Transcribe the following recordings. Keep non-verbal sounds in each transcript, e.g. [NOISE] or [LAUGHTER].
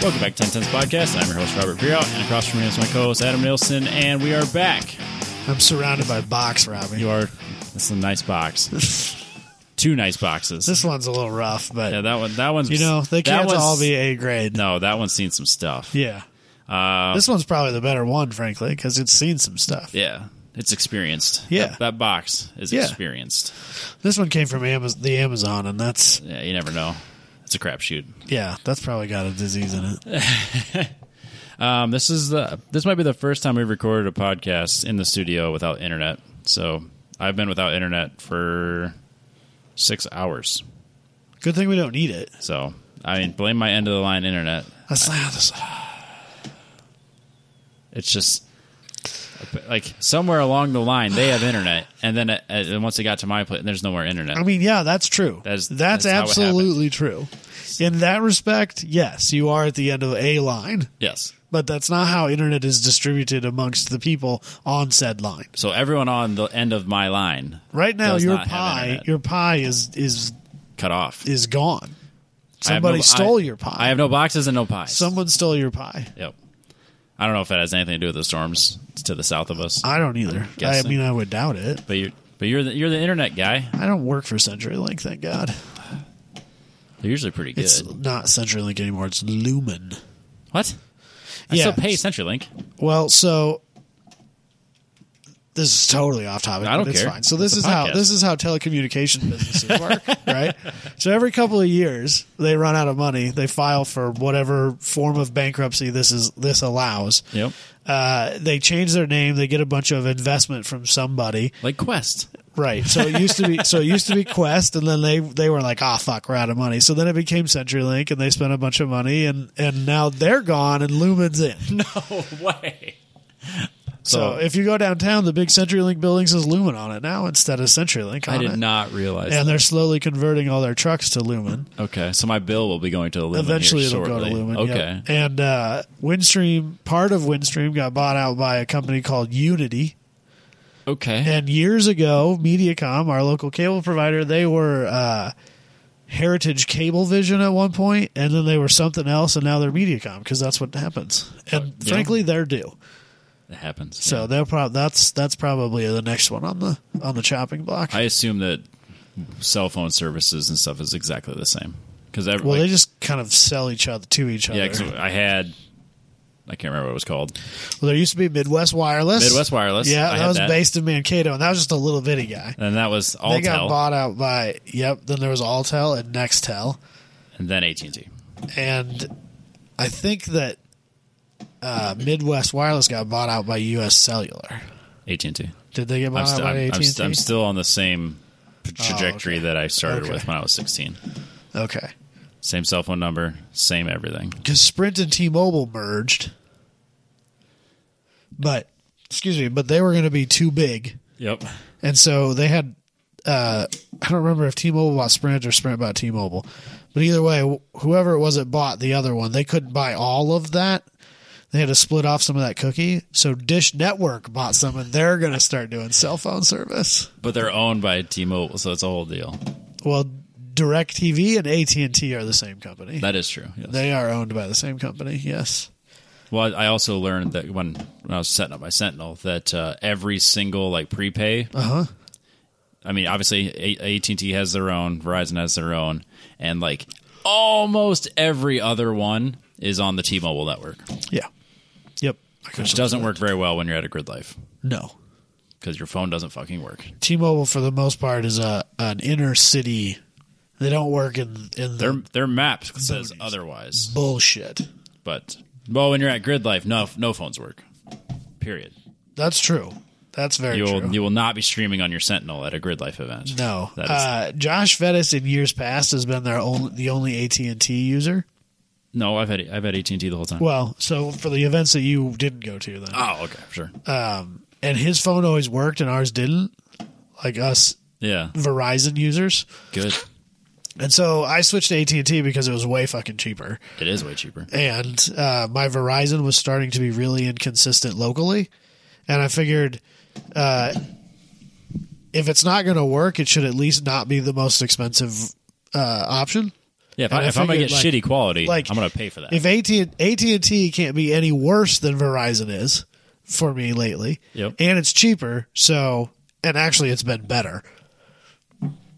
Welcome back to 10 Cents Podcast. I'm your host, Robert Breout, and across from me is my co host, Adam Nielsen, and we are back. I'm surrounded by box, Robbie. You are, this is a nice box. [LAUGHS] Two nice boxes. This one's a little rough, but yeah, that one, that one's, you know they that can't one's- all be A grade. No, that one's seen some stuff. Yeah, Uh, this one's probably the better one, frankly, because it's seen some stuff. yeah. It's experienced. Yeah. That, that box is Yeah. experienced. This one came from Amaz- the Amazon, and that's Yeah, you never know. It's a crapshoot. yeah, that's probably got a disease in it. Um, this is the this might be the first time we've recorded a podcast in the studio without internet. So I've been without internet for six hours. Good thing we don't need it. So I mean, blame my end of the line internet. I slammed this. It's just like somewhere along the line they have internet, and then uh, and once it got to my place, there's no more internet. I mean, yeah, that's true. That is- that's that's how it happened. absolutely true. In that respect, yes, you are at the end of a line, Yes. but that's not how internet is distributed amongst the people on said line. So everyone on the end of my line Right now, Does your not have pie, internet. your pie is is cut off. is gone. I have no- Somebody stole I- your pie. I have no boxes and no pies. Someone stole your pie. Yep. I don't know if that has anything to do with the storms to the south of us. I don't either. I guessing. mean, I would doubt it. But you but you're the, you're the internet guy. I don't work for CenturyLink, thank God. They're usually pretty good. It's not CenturyLink anymore. It's Lumen. what? I Yeah. still pay CenturyLink. Well, so this is totally off topic. I don't but it's care. Fine. So It's this a is how podcast. this is how telecommunication businesses work, [LAUGHS] right? So every couple of years, they run out of money. They file for whatever form of bankruptcy this is this allows. Yep. Uh, they change their name. They get a bunch of investment from somebody. Like Quest. Right. So it used to be so it [LAUGHS] used to be Quest and then they they were like, "Ah, fuck, we're out of money." So then it became CenturyLink and they spent a bunch of money and and now they're gone and Lumen's in. [LAUGHS] No way. Oh. So if you go downtown, the big CenturyLink building says Lumen on it now instead of CenturyLink on I did it. not realize. And they're slowly converting all their trucks to Lumen. Okay, so my bill will be going to Lumen Eventually, here it'll go shortly. to Lumen. yeah. Okay, And uh, Windstream, part of Windstream, got bought out by a company called Unity. okay. And years ago, Mediacom, our local cable provider, they were uh, Heritage Cablevision at one point, and then they were something else, and now they're Mediacom because that's what happens. And Uh, Yeah. frankly, they're due. It happens. So they'll prob- that's that's probably the next one on the on the chopping block. I assume that cell phone services and stuff is exactly the same because every well, like, they just kind of sell each other to each other. yeah. 'cause I had I can't remember what it was called well, there used to be Midwest Wireless. Midwest Wireless. Yeah, I that had was that. based in Mankato, and that was just a little bitty guy. and that was They got Altel bought out by yep. Then there was Altel and Nextel. and then AT and T. and I think that uh, Midwest Wireless got bought out by U.S. Cellular. AT and T. Did they get I'm, bought out st- by I'm, AT I'm, st- I'm and Ah, T? Oh, still on the same trajectory that I started Okay. with when I was 16. Okay, Same cell phone number, same everything. because Sprint and T-Mobile merged, but excuse me, but they were going to be too big, Yep. and so they had. Uh, I don't remember if T-Mobile bought Sprint or Sprint bought T-Mobile, but either way, wh- whoever it was that bought the other one, they couldn't buy all of that. They had to split off some of that cookie. So Dish Network bought some, and they're going to start doing cell phone service. But they're owned by T-Mobile, so it's a whole deal. Well, DirecTV and AT&T are the same company. That is true. yes. they are owned by the same company. Yes. Well, I also learned that when, when I was setting up my Sentinel, that uh, every single like prepay. Uh-huh. I mean, obviously, AT and T has their own, Verizon has their own, and like almost every other one is on the T-Mobile network, Yeah. Yep. which doesn't work very well when you're at a grid life No. because your phone doesn't fucking work. T-Mobile for the most part is a an inner city. They don't work in in the Their their map says otherwise, bullshit. but well, when you're at grid life, no no phones work. Period. That's true. That's very You true. will you will not be streaming on your Sentinel at a grid life event. no. that is Uh, Josh Vettis in years past has been their only the only AT&T user. no. I've had I've had AT and T the whole time. Well, so for the events that you didn't go to then. oh, okay, sure. Uh, and his phone always worked and ours didn't. Like us yeah, Verizon users. good. And so I switched to AT and T because it was way fucking cheaper, It is way cheaper. and uh, my Verizon was starting to be really inconsistent locally, and I figured uh, if it's not going to work, it should at least not be the most expensive uh, option. Yeah, if, And I, I if I'm gonna figured, get like- shitty quality, like, I'm gonna pay for that. If AT and T can't be any worse than Verizon is for me lately, Yep. and it's cheaper, so and actually it's been better.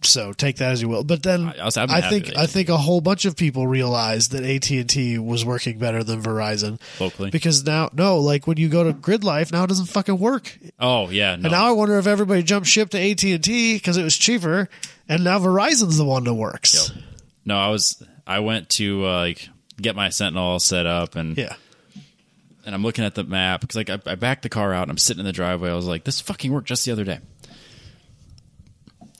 So take that as you will. But then I- I was- I'm happy think with I think a whole bunch of people realized that AT and T was working better than Verizon Locally? because now no, like when you go to Grid Life now it doesn't fucking work. oh yeah, no. And now I wonder if everybody jumped ship to AT and T because it was cheaper, and now Verizon's the one that works. no, I was I went to uh, like get my Sentinel all set up and Yeah. and I'm looking at the map because like I, I backed the car out and I'm sitting in the driveway. I was like, this fucking worked just the other day.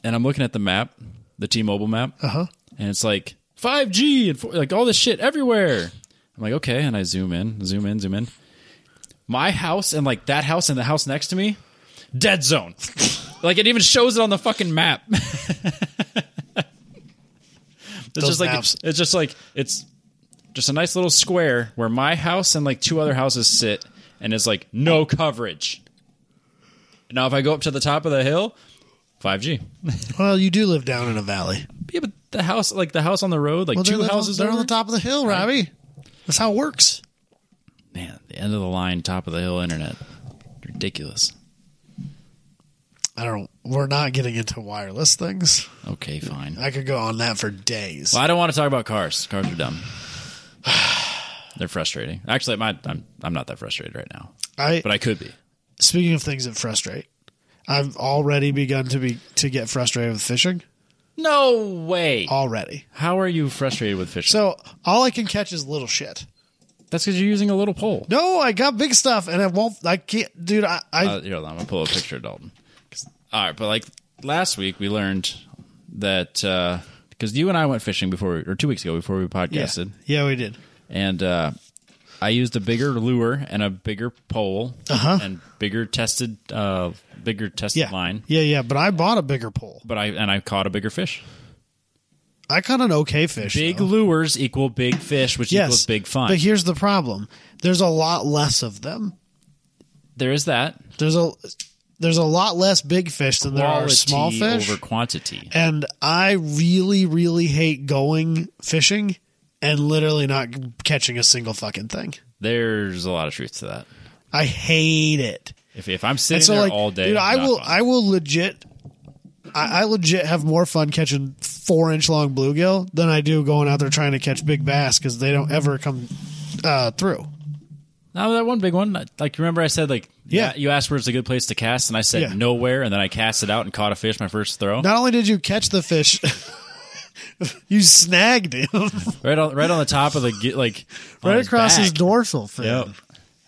And I'm looking at the map, the T-Mobile map, Uh-huh. and it's like 5G and four, like all this shit everywhere. I'm like, okay, and I zoom in, zoom in, zoom in. My house and like that house and the house next to me, dead zone. [LAUGHS] like it even shows it on the fucking map. [LAUGHS] it's Those just like maps. it's just like it's just a nice little square where my house and like two other houses sit and it's like no coverage. Now if I go up to the top of the hill, 5G. Well, you do live down in a valley. Yeah, but the house like the house on the road, like Well, two they're, houses they're over. on the top of the hill, Robbie. That's how it works. Man, the end of the line, top of the hill internet. Ridiculous. I don't. We're not getting into wireless things. Okay, fine. I could go on that for days. Well, I don't want to talk about cars. Cars are dumb. [SIGHS] They're frustrating. Actually, my, I'm I'm not that frustrated right now, I but I could be. speaking of things that frustrate, I've already begun to be to get frustrated with fishing No way. already. How are you frustrated with fishing? So all I can catch is little shit. That's because you're using a little pole. No, I got big stuff, and I won't. I can't, dude. I, I Uh, here, hold on. I'm gonna pull a picture of Dalton. 'Cause- All right, but like last week we learned that because you and I went fishing before, we, or two weeks ago before we yeah. podcasted, yeah, we did. and uh, I used a bigger lure and a bigger pole and bigger tested, uh, bigger tested Uh-huh. Yeah, line. yeah, yeah. But I bought a bigger pole. But I and I caught a bigger fish. I caught an okay fish. Big though. lures equal big fish, which equals big fun. But here's the problem: there's a lot less of them. there is that There's a there's a lot less big fish than there are Quality small fish. over quantity. and I really really hate going fishing and literally not catching a single fucking thing. There's a lot of truth to that. I hate it. If, if I'm And sitting so there like all day, dude, I'm I not will fun. I will legit I, I legit have more fun catching 4 inch long bluegill than I do going out there trying to catch big bass cuz they don't ever come uh, through. Now that one big one, like remember I said like Yeah. you asked where's a good place to cast, and I said Yeah. nowhere, and then I cast it out and caught a fish my first throw. Not only did you catch the fish, [LAUGHS] you snagged him Right on, right on the top of the ge- like on [LAUGHS] right across his back. dorsal fin. Yep,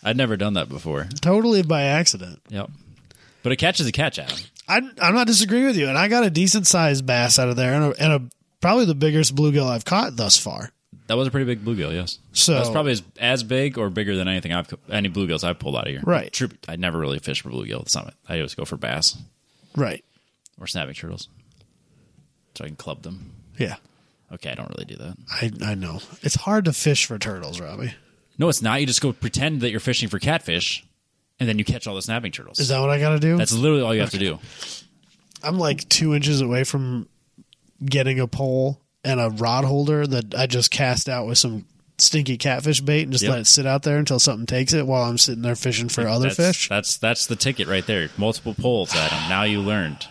I'd never done that before. Totally by accident. Yep, but a catch is a catch, Adam. I, I'm not disagreeing with you. And I got a decent sized bass out of there, and, a, and a, probably the biggest bluegill I've caught thus far. That was a pretty big bluegill. Yes, So- that's probably as, as big or bigger than anything I've any bluegills I've pulled out of here. Right. True. I never really fish for bluegill at the summit. I always go for bass Right. or snapping turtles, so I can club them. Yeah. Okay, I don't really do that. I, I know. It's hard to fish for turtles, Robbie. No, it's not. You just go pretend that you're fishing for catfish, and then you catch all the snapping turtles. Is that what I got to do? That's literally all you have to do. I'm like two inches away from getting a pole and a rod holder that I just cast out with some stinky catfish bait and just Yep. let it sit out there until something takes it while I'm sitting there fishing for other that's, fish. That's that's the ticket right there. Multiple poles, Adam. Now you learned.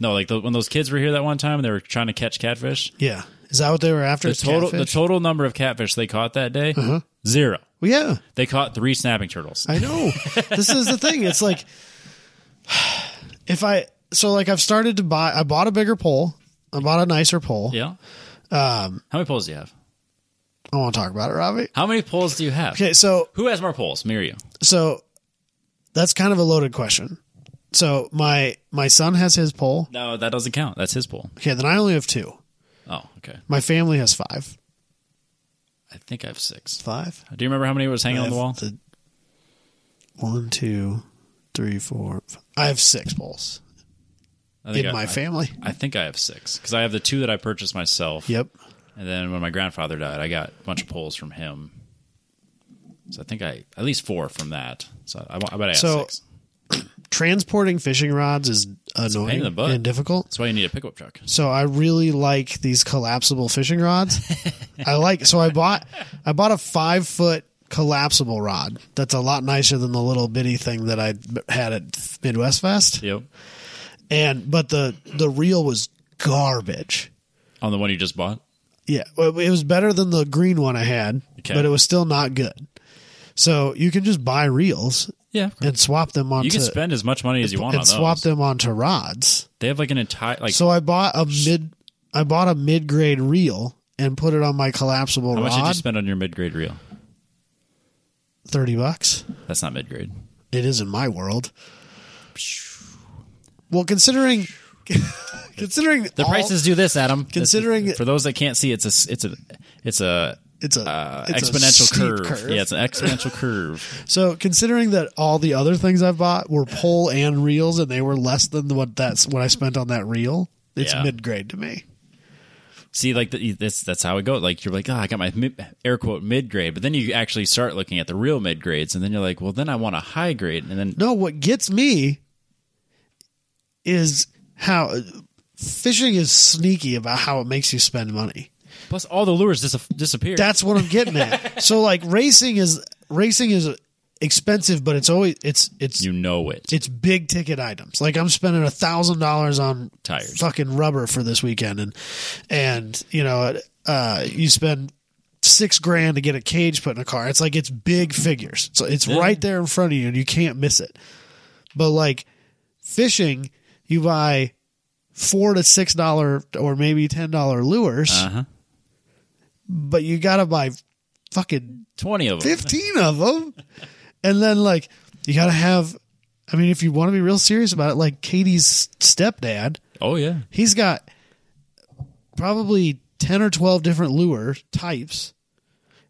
No, like the, when those kids were here that one time, and they were trying to catch catfish. yeah. Is that what they were after? The is total catfish? the total number of catfish they caught that day zero. Well, yeah. They caught three snapping turtles. I know. this is the thing. It's like if I so like I've started to buy I bought a bigger pole. I bought a nicer pole. yeah. Um, How many poles do you have? I want to talk about it, Robbie. How many poles do you have? Okay, so Who has more poles, me or you? so that's kind of a loaded question. So my my son has his pole. No, that doesn't count. That's his pole. Okay, then I only have two. Oh, okay. My family has five. I think I have six. Five. Do you remember how many was hanging I on the have wall? the- one, two, three, four. Five. I have six poles I think in I- my I- family. I think I have six because I have the two that I purchased myself. Yep. And then when my grandfather died, I got a bunch of poles from him. So I think I at least four from that. So I, I bet I have So- six. transporting fishing rods is pain in annoying the butt. and difficult. That's why you need a pickup truck. So I really like these collapsible fishing rods. I like so I bought I bought a five foot collapsible rod that's a lot nicer than the little bitty thing that I b- had at Midwest Fest. Yep. And but the the reel was garbage. On the one you just bought. Yeah, well, it was better than the green one I had, Okay. but it was still not good. So you can just buy reels Yeah. and swap them onto You can spend as much money as you want and on swap those. them onto rods. They have like an entire like So I bought a mid I bought a mid grade reel and put it on my collapsible how much did you rod. spend on your mid grade reel? Thirty bucks. That's not mid grade. It is in my world. Well, considering [LAUGHS] considering The all- prices do this, Adam. This is- Considering- for those that can't see, it's a s- it's a it's a it's a uh, it's a exponential steep curve. Yeah, it's an exponential curve. So considering that all the other things I've bought were pole and reels, and they were less than what that's what I spent on that reel, it's Yeah. mid grade to me. See, like the, this, that's how it goes. Like you're like, oh, I got my mid, air quote mid grade, but then you actually start looking at the real mid grades, and then you're like, well, then I want a high grade, and then No, what gets me is how fishing is sneaky about how it makes you spend money. plus all the lures dis- disappear. That's what I'm getting at. so like racing is racing is expensive, but it's always it's it's you know it. it's big ticket items. Like I'm spending a thousand dollars on Tires. fucking rubber for this weekend, and and you know, uh, you spend six grand to get a cage put in a car. It's like it's big figures, so it's right there in front of you, and you can't miss it. But like fishing, you buy four to six dollar or maybe ten dollar lures, Uh-huh. but you gotta buy fucking Twenty of them. 15 of them. And then, like, you got to have, I mean, if you want to be real serious about it, like Katie's stepdad, Oh yeah. he's got probably 10 or 12 different lure types.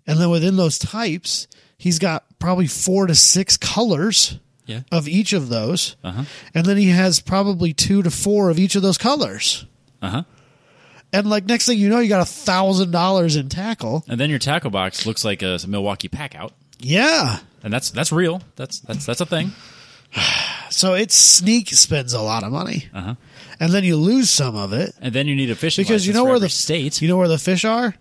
And then within those types, he's got probably four to six colors Yeah. of each of those. Uh huh. And then he has probably two to four of each of those colors. Uh huh. And like next thing you know, you got a thousand dollars in tackle. And then your tackle box looks like a Milwaukee pack out. Yeah. And that's that's real. That's that's that's a thing. So it's sneak spends a lot of money. Uh-huh. And then you lose some of it And then you need a fishing because you license know for where every the state You know where the fish are?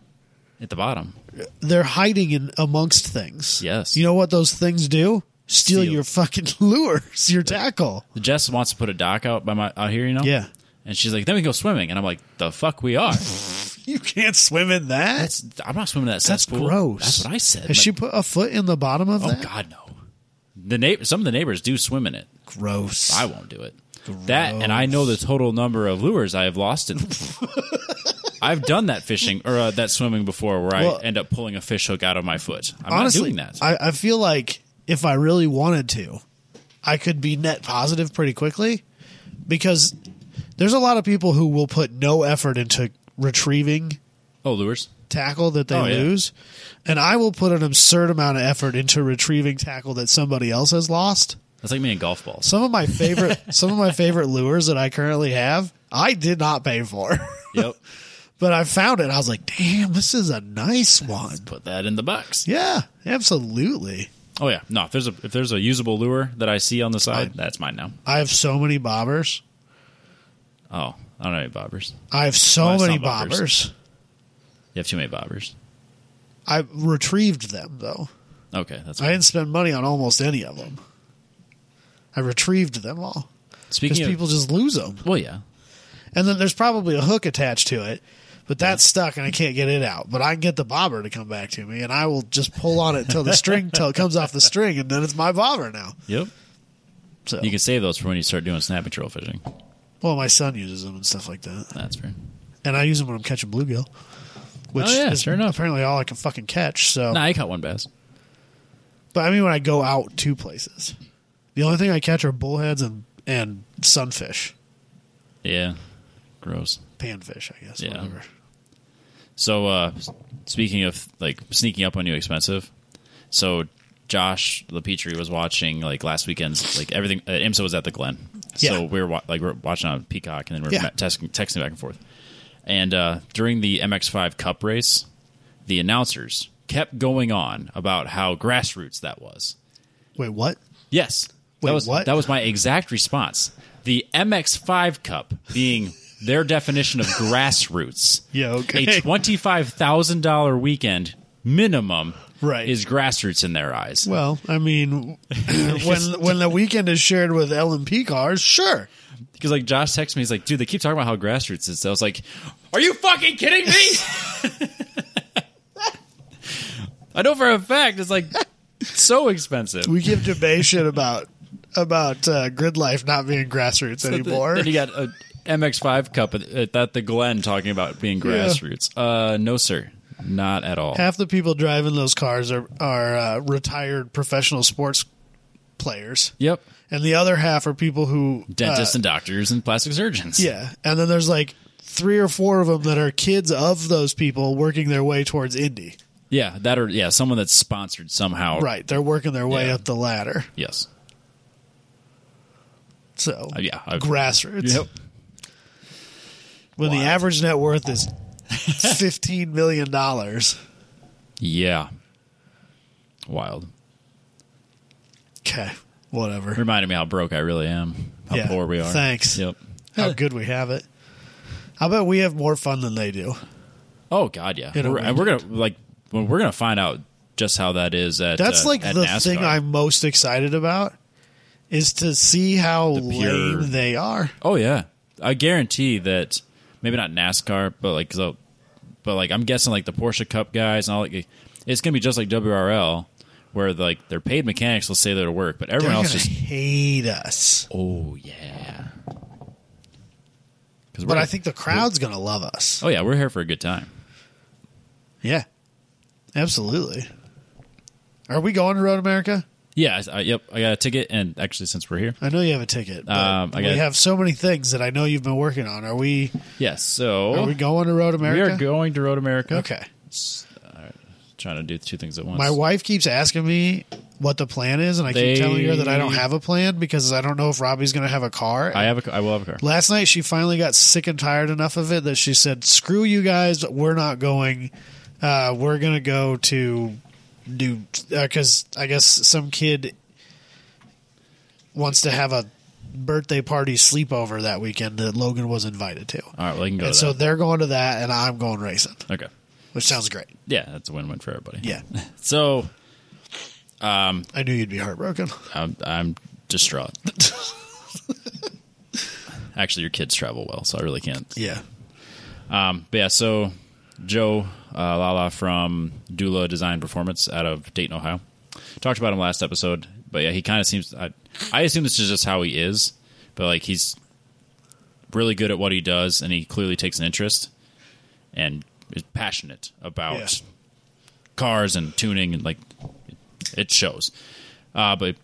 at the bottom. They're hiding in amongst things. Yes. You know what those things do? Steal, Steal. your fucking [LAUGHS] lures, your tackle. Jess wants to put a dock out by my out here, you know. Yeah. And she's like, "Then we can go swimming," and I'm like, "The fuck we [LAUGHS] are." You can't swim in that. That's, That's I'm not swimming in that cesspool. gross. That's what I said. Has Like, she put a foot in the bottom of oh that? God, no. The neighbor, some of the neighbors do swim in it. Gross. I won't do it. That and I know the total number of lures I have lost in. [LAUGHS] I've done that fishing or uh, that swimming before, where Well- I end up pulling a fish hook out of my foot. I'm Honestly, not doing that. I, I feel like if I really wanted to, I could be net positive pretty quickly because there's a lot of people who will put no effort into retrieving oh, lures. tackle that they Oh, yeah. lose, and I will put an absurd amount of effort into retrieving tackle that somebody else has lost. That's like me and golf [LAUGHS] balls. Some of my favorite, [LAUGHS] some of my favorite lures that I currently have, I did not pay for, [LAUGHS] yep. but I found it. I was like, "Damn, this is a nice one." Put that in the box. Yeah, absolutely. Oh yeah. No, if there's a if there's a usable lure that I see on the side, that's mine now. I have so many bobbers. Oh, I don't have any bobbers. I have so Well, it's many not bobbers. bobbers. You have too many bobbers. I retrieved them though. Okay, that's I didn't spend money on almost any of them. I retrieved them all because speaking of people just lose them. Well, yeah. And then there's probably a hook attached to it, but that's stuck and I can't get it out. But I can get the bobber to come back to me, and I will just pull on it till the string till it comes off the string, and then it's my bobber now. Yep. So, You can save those for when you start doing snap and troll fishing. well, my son uses them and stuff like that, That's fair. and I use them when I'm catching bluegill, which Oh, yeah, is sure enough. apparently all I can fucking catch. So, Nah, I caught one bass. but I mean when I go out to places, the only thing I catch are bullheads and and sunfish, Yeah. Gross. panfish, I guess. Yeah. Whatever. So, uh, s- speaking of like sneaking up on you expensive, so Josh Lepetri was watching like last weekend's like everything. Uh, IMSA was at the Glen, Yeah. so we were wa- like we are watching on Peacock, and then we were ma- Yeah. texting, texting back and forth. And uh, during the MX5 Cup race, the announcers kept going on about how grassroots that was. Wait, what? Yes, Wait, that was what? that was my exact response. The MX5 Cup being their definition of grassroots. [LAUGHS] Yeah, okay. A twenty-five thousand dollar weekend minimum Right. is grassroots in their eyes. well, [LAUGHS] I mean, when when the weekend is shared with LMP cars, sure. Because like Josh texted me, he's like, "Dude, they keep talking about how grassroots is." I was like, "Are you fucking kidding me?" [LAUGHS] [LAUGHS] I know for a fact it's like so expensive. We give debate shit about about uh, grid life not being grassroots anymore. Then you got a MX5 cup at, at the Glen talking about being grassroots. Uh, no, sir, not at all. Half the people driving those cars are are uh, retired professional sports players, Yep, and the other half are people who uh, dentists and doctors and plastic surgeons. Yeah, and then there's like three or four of them that are kids of those people working their way towards Indy. yeah, that or yeah, someone that's sponsored somehow. Right, they're working their way Oh. Yeah. up the ladder. Yes. So Uh, yeah. I- grassroots. Yep. When the Wild. average net worth [LAUGHS] is fifteen million dollars, Yeah. Wild. okay, whatever. Reminded me how broke I really am. How Yeah, poor we are. thanks. Yep. How good we have it. I bet we have more fun than they do. Oh God, yeah. It'll We're, and we're gonna like when we're gonna find out just how that is at. That's uh, like at the NASCAR. thing I'm most excited about is to see how The pure- lame they are. Oh yeah, I guarantee that. Maybe not NASCAR, but like so, but like I'm guessing like the Porsche Cup guys and all. Like, it's gonna be just like WRL, where like their paid mechanics will say they're to work, but They're everyone gonna else [LAUGHS] just hate us, oh yeah. 'Cause we're but I here- think the crowd's gonna love us. oh yeah, we're here for a good time. Yeah, absolutely. Are we going to Road America? Yeah, I, I- yep. I got a ticket, and actually, since we're here, I know you have a ticket. But Um, I we got- have so many things that I know you've been working on. Are we? yes. so Are we going to Road Oh. we America? are going to Road America. Okay. trying to do two things at once. My wife keeps asking me what the plan is, and I They- keep telling her that I don't have a plan because I don't know if Robbie's going to have a car. I have a. ca- I will have a car. Last night, she finally got sick and tired enough of it that she said, "Screw you guys, we're not going. Uh, we're gonna go to do because I guess some kid wants to have a birthday party sleepover that weekend that Logan was invited to, All right, well, I can go. and to so that. they're going to that, and I'm going racing, Okay. which sounds great. Yeah, that's a win-win for everybody. Yeah, [LAUGHS] So I knew you'd be heartbroken. I'm, I'm distraught. [LAUGHS] Actually, your kids travel well, so I really can't. Yeah, Um, but yeah, so Joe uh, Lala from Dula Design Performance out of Dayton, Ohio, talked about him last episode. But yeah, he kind of seems. I, I assume this is just how he is, but like he's really good at what he does, and he clearly takes an interest and is passionate about Yeah. cars and tuning, and like it shows. Uh, but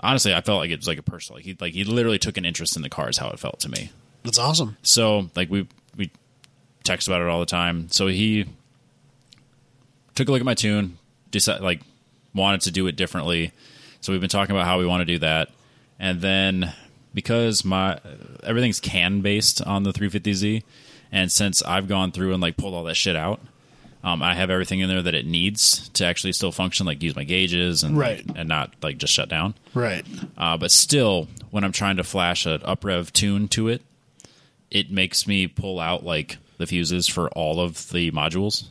honestly, I felt like it was like a personal. Like he like he literally took an interest in the cars. How it felt to me. that's awesome. So like we we text about it all the time. So he took a look at my tune, decided like wanted to do it differently. So we've been talking about how we want to do that, and then because my everything's can based on the 350Z, and since I've gone through and like pulled all that shit out. Um, I have everything in there that it needs to actually still function, like use my gauges and Right. and not like just shut down. Right, Uh, but still, when I'm trying to flash an uprev tune to it, it makes me pull out like the fuses for all of the modules.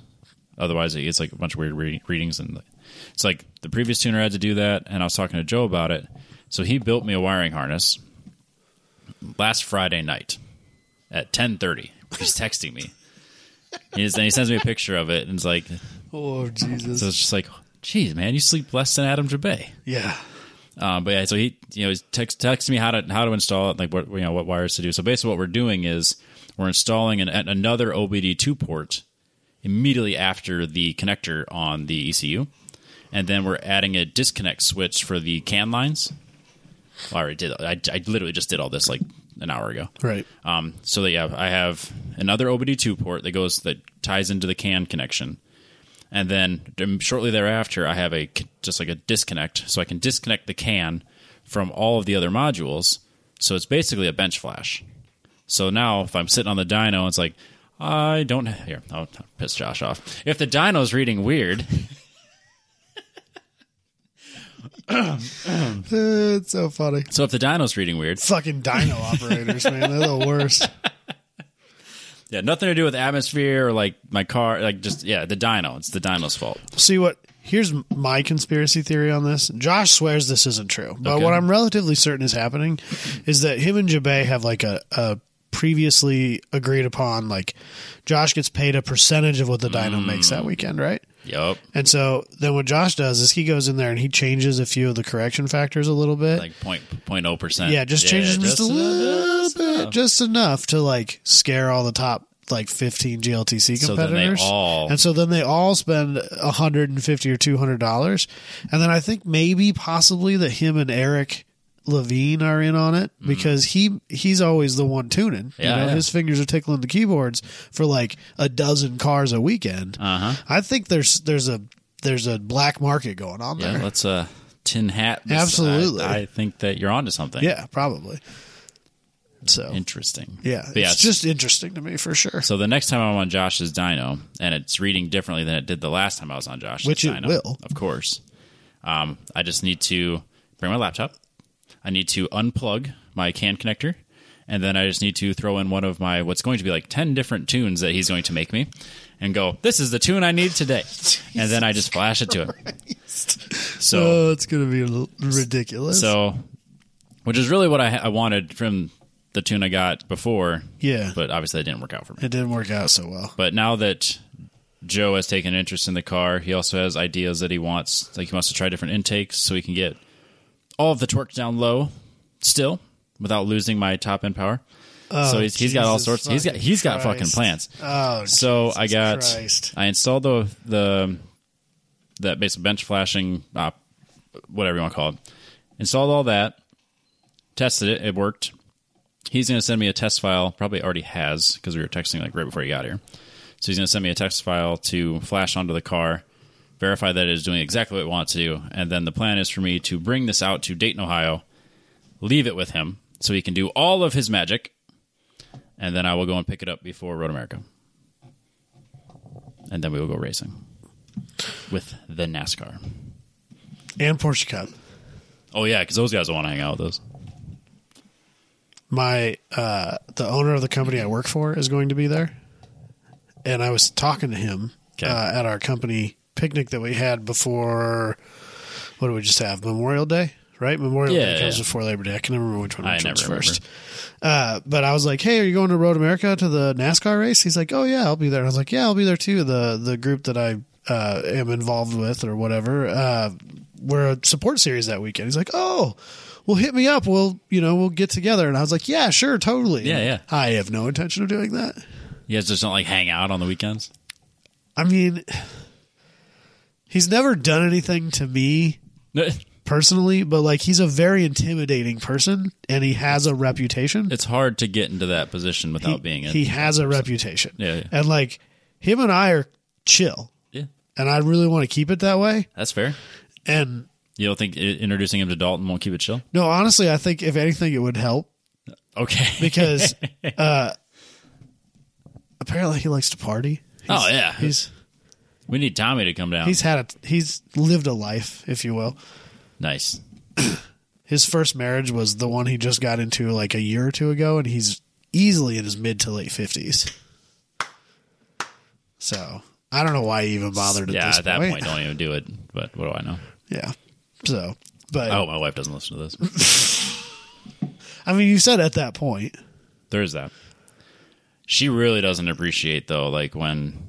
Otherwise, it's like a bunch of weird re- readings, and it's like the previous tuner had to do that. And I was talking to Joe about it, so he built me a wiring harness last Friday night at 10:30. He's texting me. He's, and he sends me a picture of it, and it's like, so oh Jesus, it's just like, geez, man, you sleep less than Adam Jabe. yeah, Um, but yeah, so he you know he text texts me how to how to install it, like what you know what wires to do. So basically, what we're doing is we're installing an, an- another OBD two port immediately after the connector on the ECU, and then we're adding a disconnect switch for the CAN lines. I already did. I, I literally just did all this like an hour ago. right, Um, so that yeah, I have another OBD2 port that goes that ties into the CAN connection, and then um, shortly thereafter, I have a c- just like a disconnect, so I can disconnect the CAN from all of the other modules. So it's basically a bench flash. So now if I'm sitting on the dyno, it's like I don't here. I'll piss Josh off. If the dyno's reading weird. it's so funny. So if the dino's reading weird, Fucking dino operators, man. They're the worst. yeah, nothing to do with atmosphere or like my car, like just yeah, the dino. It's the dino's fault. [LAUGHS] See what? Here's my conspiracy theory on this. Josh swears this isn't true, but Okay. what I'm relatively certain is happening is that him and Jabe have like a, a previously agreed upon. Like, Josh gets paid a percentage of what the dino makes Mm. that weekend, right? Yup. And so then what Josh does is he goes in there and he changes a few of the correction factors a little bit. Like point point oh percent. yeah, just changes them just, a little just bit, enough. just enough to like scare all the top like 15 GLTC competitors. So then they all- and so then they all spend 150 or 200 dollars. And then I think maybe possibly that him and Eric Levine are in on it because he he's always the one tuning. Mm. Yeah, you know, yeah. his fingers are tickling the keyboards for like a dozen cars a weekend. Uh-huh. I think there's there's a there's a black market going on Yeah, there. let's uh tin hat. this. Absolutely. I, I think that you're onto something. Yeah, probably. So Interesting. yeah, But it's yeah. just interesting to me for sure. so the next time I'm on Josh's dino, and it's reading differently than it did the last time I was on Josh's Which it dino, will. of course. Um, I just need to bring my laptop. I need to unplug my can connector, and then I just need to throw in one of my what's going to be like ten different tunes that he's going to make me, and go, "This is the tune I need [LAUGHS] today," and then I just flash it to him. So oh, it's gonna be l- ridiculous. So, which is really what I, I wanted from the tune I got before. Yeah. But obviously, that didn't work out for me. it didn't work out so well. But now that Joe has taken an interest in the car, he also has ideas that he wants. Like, he wants to try different intakes so he can get all of the torque down low still without losing my top end power. so he's, he's got all Oh, Jesus sorts. He's got he's got fucking fucking Christ. plans. Oh, So I got Christ. I installed the the that basic bench flashing uh, whatever you want to call it. Installed all that, tested it, it worked. He's going to send me a test file. Probably already has because we were texting like right before he got here. So he's going to send me a text file to flash onto the car, verify that it is doing exactly what it wants to do, and then the plan is for me to bring this out to Dayton, Ohio, leave it with him so he can do all of his magic, and then I will go and pick it up before Road America and then we will go racing with the NASCAR. and Porsche Cup. Oh yeah, because those guys will want to hang out with us. My uh, the owner of the company I work for is going to be there, and I was talking to him Okay. uh, at our company picnic that we had before. What did we just have? Memorial Day, right? Memorial Yeah, Day comes yeah. before Labor Day. I can never remember which one I which never one's remember. first. Uh, but I was like, "Hey, are you going to Road America to the NASCAR race?" He's like, "Oh yeah, I'll be there." And I was like, "Yeah, I'll be there too." The the group that I uh, am involved with or whatever, uh, we're a support series that weekend. He's like, "Oh, well, hit me up. We'll you know we'll get together." And I was like, "Yeah, sure, totally." Yeah, yeah. I have no intention of doing that. You guys just don't like hang out on the weekends. [LAUGHS] I mean, he's never done anything to me It's personally, but like he's a very intimidating person, and he has a reputation. hard to get into that position without being in. he has a reputation. Yeah, yeah. And like him and I are chill, yeah, and I really want to keep it that way. that's fair. And You don't think i- introducing him to Dalton won't keep it chill? no, honestly, I think if anything, it would help Okay. [LAUGHS] because uh, apparently he likes to party. oh yeah, He's we need Tommy to come down. he's had a he's lived a life, if you will. nice. His first marriage was the one he just got into like a year or two ago, and he's easily in his mid to late fifties. So I don't know why he even bothered at yeah, this at that point, don't even do it. But what do I know? [LAUGHS] Yeah. So, but I hope my wife doesn't listen to this. I mean, you said at that point. there is that. She really doesn't appreciate though, like when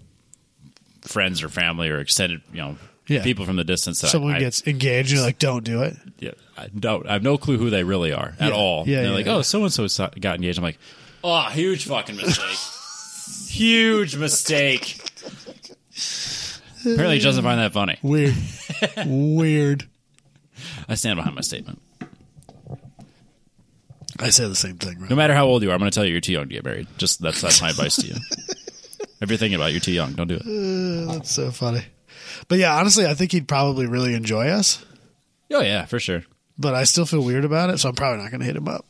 friends or family or extended, you know, Yeah. people from the distance. That Someone I, gets engaged, you're like, don't do it. yeah, I don't. I have no clue who they really are at Yeah. all. Yeah, Yeah, they're yeah, like, yeah. oh, so and so got engaged. I'm like, oh, huge fucking [LAUGHS] mistake. huge mistake. Apparently, she doesn't find that funny. [LAUGHS] Weird. Weird. I stand behind my statement. I say the same thing, No right? matter how old you are, I'm going to tell you you're too young to get married. Just that's that's my advice [LAUGHS] to you. If you're thinking about it, you're too young. Don't do it. That's so funny. But yeah, honestly, I think he'd probably really enjoy us, Oh yeah, for sure. but I still feel weird about it, so I'm probably not going to hit him up.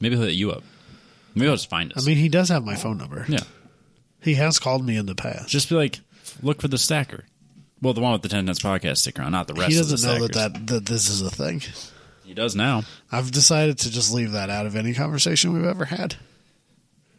Maybe he'll hit you up. Maybe he'll just find I us. mean, he does have my phone number. yeah. He has called me in the past. Just be like, look for the stacker. Well, the one with the ten cents podcast sticker on, not the rest. He of doesn't the know that, stackers. that that this is a thing. He does now. I've decided to just leave that out of any conversation we've ever had.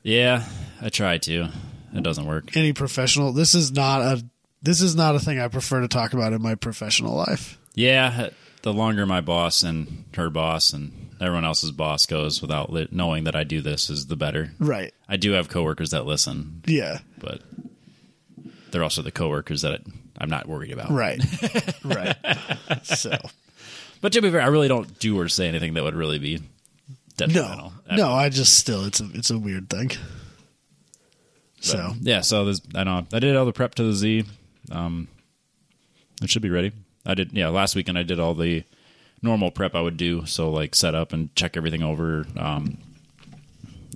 Yeah, I try to. It doesn't work. Any professional. This is not a. This is not a thing I prefer to talk about in my professional life. Yeah, the longer my boss and her boss and everyone else's boss goes without li- knowing that I do this, is the better. Right. I do have coworkers that listen, Yeah. but they're also the coworkers that I'm not worried about. Right. [LAUGHS] right. [LAUGHS] So But to be fair, I really don't do or say anything that would really be detrimental. no, no. I just still it's a it's a weird thing. So Yeah, so there's, I know I did all the prep to the Z. Um, it should be ready. I did. Yeah, last weekend I did all the normal prep I would do. So like set up and check everything over. Um,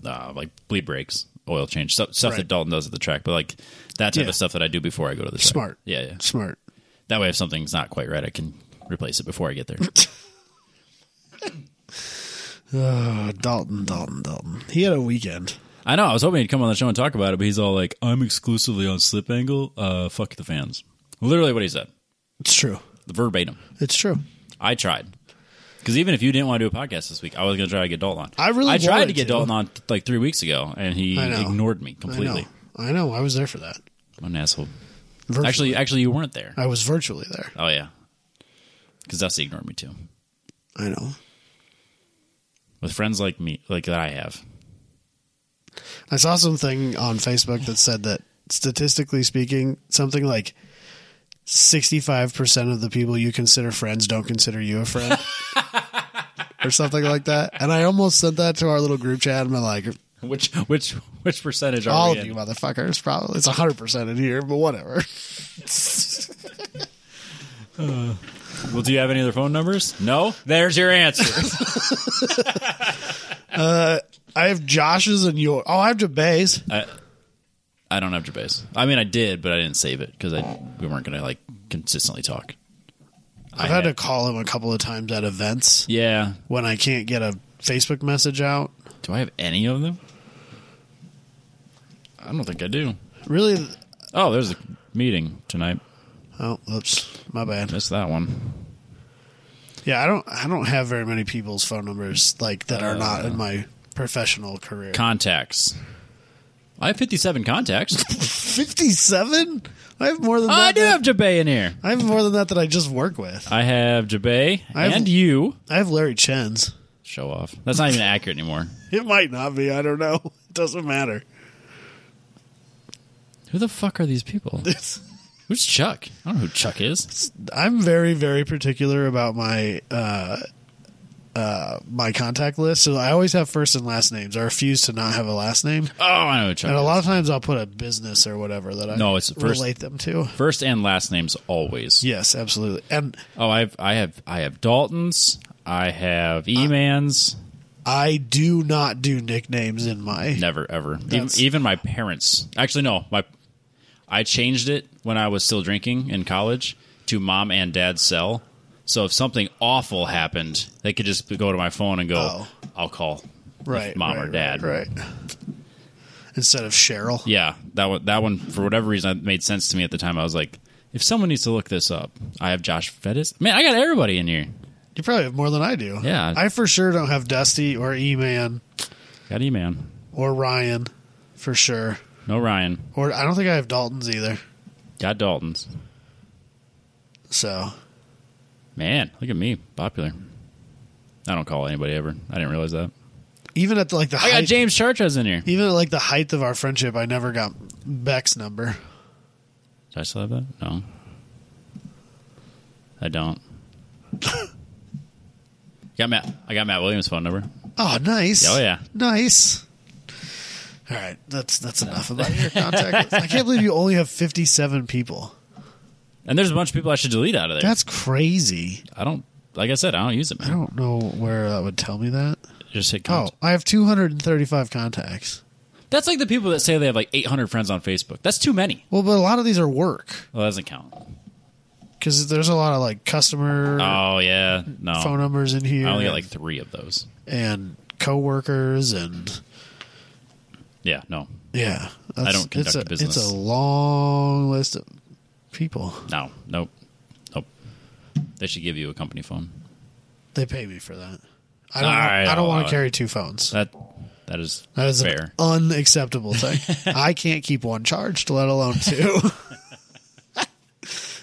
uh, like bleed breaks, oil change, stuff, stuff that Right. Dalton does at the track. But like that type Yeah. of stuff that I do before I go to the track. Smart. Yeah, yeah. smart. That way, if something's not quite right, I can replace it before I get there. [LAUGHS] Uh, Dalton, Dalton, Dalton. He had a weekend. I know. I was hoping he'd come on the show and talk about it, but he's all like, "I'm exclusively on Slip Angle. Uh, fuck the fans." Literally what he said, It's true. verbatim. It's true. I tried. Because even if you didn't want to do a podcast this week, I was going to try to get Dalton on. I really I tried wanted to get to. Dalton on like three weeks ago, and he I know. ignored me completely. I know. I know. I was there for that. What an asshole. Virtually. Actually, actually, you weren't there. I was virtually there. Oh yeah, because Dusty ignored me too. I know. With friends like me, like that I have. I saw something on Facebook that said that statistically speaking, something like 65% of the people you consider friends don't consider you [LAUGHS] a friend or something like that. And I almost sent that to our little group chat and I'm like, Which which which percentage are all we of in? you motherfuckers, probably. It's 100% in here, but whatever. Well, do you have any other phone numbers? No. There's your answer. [LAUGHS] I have Josh's and your. Oh, I have Jabay's. I, I don't have Jabez. I mean, I did, but I didn't save it because I we weren't going to like consistently talk. I've had to call him a couple of times at events Yeah. when I can't get a Facebook message out. Do I have any of them? I don't think I do. Really? Oh, there's a meeting tonight. Oh, oops, my bad. Missed that one. Yeah, I don't I don't have very many people's phone numbers like that are not in my professional career. [LAUGHS] Contacts. I have 57 contacts. Oh, 57? I have more than I that. do that- have Jabay in here. I have more than that that I just work with. I have Jabay I have- and you. I have Larry Chen's. Show off. That's not even accurate anymore. It might not be, I don't know. [LAUGHS] It doesn't matter. [LAUGHS] Who the fuck are these people? It's- Who's Chuck? I don't know who Chuck is. I'm very very particular about my uh uh my contact list. So I always have first and last names. I refuse to not have a last name. Oh, I know who And a Chuck. lot of times I'll put a business or whatever that I No, it's first- relate them to. Is. First and last names always. Yes, absolutely. And Oh, I've I have I have Daltons. I have E-mans. I do not do nicknames in my Never ever. Even, That's- even my parents. Actually, no. My I changed it when I was still drinking in college to mom and dad's cell. So if something awful happened, they could just go to my phone and go, Oh. "I'll call." right mom or right, dad. right, right. Instead of Cheryl, Yeah, that one. That one for whatever reason that made sense to me at the time. I was like, if someone needs to look this up, I have Josh Fettis. Man, I got everybody in here. you probably have more than I do. Yeah. I for sure don't have Dusty or E Man Got E man. or Ryan for sure. No Ryan. Or I don't think I have Dalton's either. Got Daltons. So Man, look at me, popular. I don't call anybody ever. I didn't realize that. even at the, like the I got height, Oh, James Chartres in here. Did even at like the height of our friendship, I never got Beck's number. I still have that? No. I [LAUGHS] don't. got Matt. I got Matt Williams' phone number. Oh, nice. Oh, yeah. nice. All right, that's that's enough about your contact. list. I can't believe you only have fifty-seven people. And there's a bunch of people I should delete out of there. That's crazy. I don't. Like I said, I don't use it, I man. don't know where that would tell me that. Just hit. Oh, Contact. I have 235 contacts. That's like the people that say they have like 800 friends on Facebook. That's too many. Well, but a lot of these are work Well, that doesn't count. because there's a lot of like customer Oh yeah, no. phone numbers in here. I only got like three of those. and coworkers and Yeah, no. yeah. don't it's conduct a, business. It's a long list of people. No, nope, nope. They should give you a company phone. They pay me for that. I don't. All want, right, I don't I'll want allow it. to carry two phones. That that is That is an fair. unacceptable [LAUGHS] thing. I can't keep one charged, let alone two.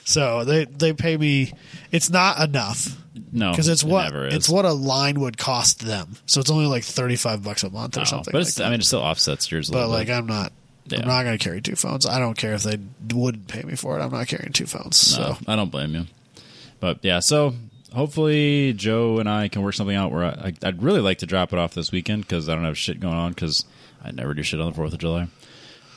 so they they pay me. It's not enough no, because it's it what never is. it's what a line would cost them. So it's only like thirty five bucks a month or No, something. Oh, But like it's, that. I mean, it still offsets yours. A but little like bit. I'm not. Yeah. I'm not going to carry two phones. I don't care if they wouldn't pay me for it. I'm not carrying two phones. No, So I don't blame you. But yeah, so hopefully Joe and I can work something out where I, I'd really like to drop it off this weekend because I don't have shit going on because I never do shit on the Fourth of July.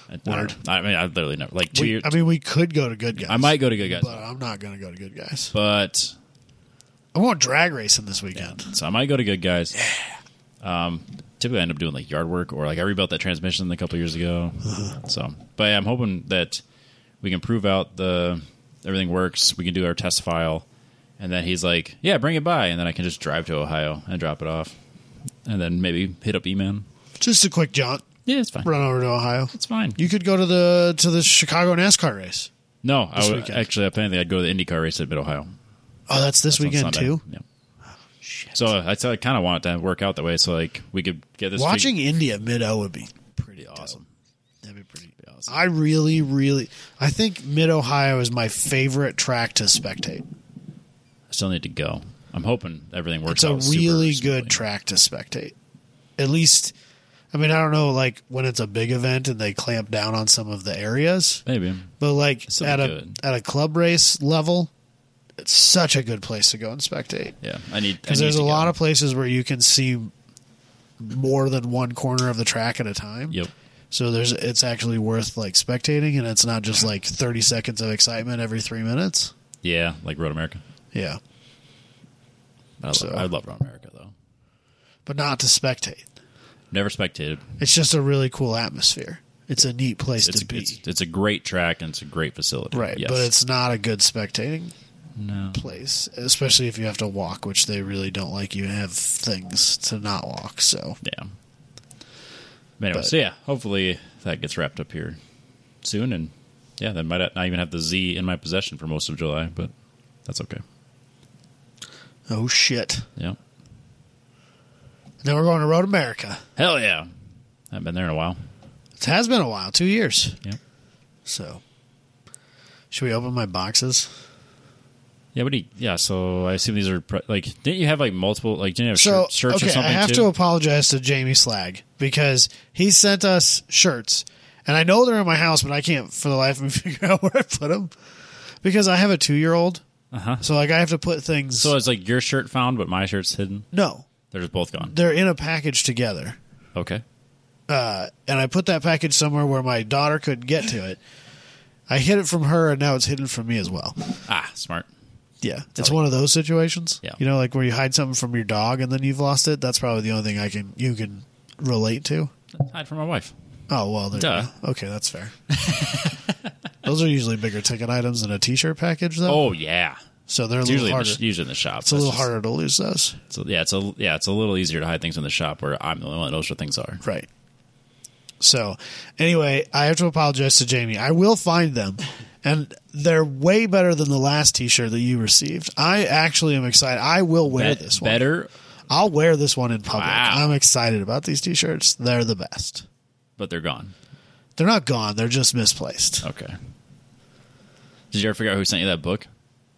I, I don't Word. know. I, mean, I literally never like two we, years. I mean, we could go to Good Guys. I might go to Good Guys, but I'm not going to go to Good Guys. but I want drag racing this weekend. so I might go to Good Guys. Um, typically, I end up doing like yard work or like I rebuilt that transmission a couple years ago. so, but yeah, I'm hoping that we can prove out the everything works. We can do our test file, and then he's like, "Yeah, bring it by," and then I can just drive to Ohio and drop it off, and then maybe hit up E-Man. Just a quick jaunt, Yeah, it's fine. run over to Ohio. It's fine. You could go to the to the Chicago NASCAR race. no, I This would, weekend. actually, if anything, I'd go to the IndyCar race at Mid Ohio. Oh, that's this weekend too. Oh, Yeah. So I, I kind of want it to work out that way, so like we could get this Watching India mid O would be pretty fig- awesome. That'd be pretty awesome. I really, really, I think Mid Ohio is my favorite track to spectate. I still need to go. I'm hoping everything works It's a out. super really smoothly. good track to spectate. At least, I mean, I don't know, like when it's a big event and they clamp down on some of the areas, Maybe. but like Still at a good. at a club race level, it's such a good place to go and spectate. Yeah. I need. Because there's a lot of places where you can see more than one corner of the track at a time. Yep. So there's it's actually worth like spectating, and it's not just like 30 seconds of excitement every three minutes. Yeah, like Road America. Yeah, I love, So- I love Road America though. but not to spectate. Never spectated. It's just a really cool atmosphere. It's a neat place It's to a, be. it's, it's a great track and it's a great facility. right, Yes. but it's not a good spectating no. place, especially if you have to walk, which they really don't like you to have things to not walk. So Yeah. But anyway, But- so yeah, hopefully that gets wrapped up here soon, and yeah, then might not even have the Z in my possession for most of July, but that's okay. oh shit. Yeah. Now we're going to Road America. Hell yeah. I haven't been there in a while. It has been a while, two years. Yeah. So, should we open my boxes? Yeah, but he, yeah. So I assume these are pre- like. Didn't you have like multiple? Like, didn't you have So, shir- shirts okay, or something I have too? to apologize to Jamie Slag because he sent us shirts, and I know they're in my house, but I can't for the life of me [LAUGHS] figure out where I put them because I have a two-year-old. Uh-huh. So, like, I have to put things. So it's like your shirt found, but my shirt's hidden. no, They're just both gone. they're in a package together. Okay. uh, and I put that package somewhere where my daughter couldn't get to it. I hid it from her, and now it's hidden from me as well. Ah, smart. Yeah, it's one of those situations. Yeah. you know, like where you hide something from your dog and then you've lost it. That's probably the only thing I can you can relate to. Hide from my wife. Oh well, there you Duh. go. okay, that's fair. [LAUGHS] those are usually bigger ticket items than a T-shirt package, though. Oh yeah. so they're a It's little usually in harder. the, sh- usually in the shop. it's a little harder to lose those, So yeah, it's a yeah, it's a little easier to hide things in the shop where I'm the only one that knows where things are. right? So, anyway, I have to apologize to Jamie. I will find [LAUGHS] them, and they're way better than the last T-shirt that you received. I actually am excited. I will wear Be- this one. better, I'll wear this one in public. Wow. I'm excited about these t-shirts. They're the best. but they're gone. They're not gone. They're just misplaced. Okay. Did you ever figure out who sent you that book?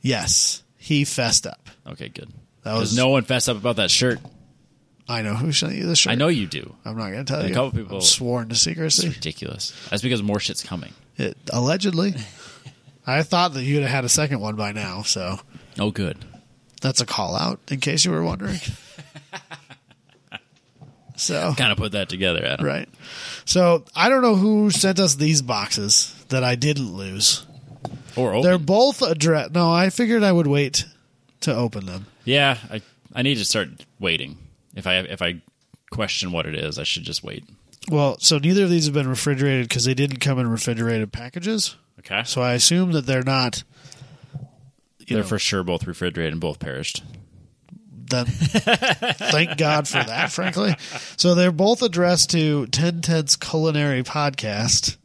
Yes, he fessed up. Okay, good. That Because was- no one fessed up about that shirt. I know who sent you the shirt. I know you do. I'm not going to tell A you. couple people- I'm sworn to It's secrecy. ridiculous. That's because more shit's coming. It, allegedly, [LAUGHS] I thought that you'd have had a second one by now. So Oh, good. that's a call out, in case you [LAUGHS] were wondering. so Kind of put that together, Adam. right. So I don't know who sent us these boxes that I didn't lose. Or They're open. both address. No, I figured I would wait to open them. Yeah, I I need to start waiting. If I if I question what it is, I should just wait. Well, so neither of these have been refrigerated because they didn't come in refrigerated packages. Okay. So I assume that they're not. they're for sure both refrigerated and both perished. Then thank God for that, frankly. So they're both addressed to Ten Ted's Culinary Podcast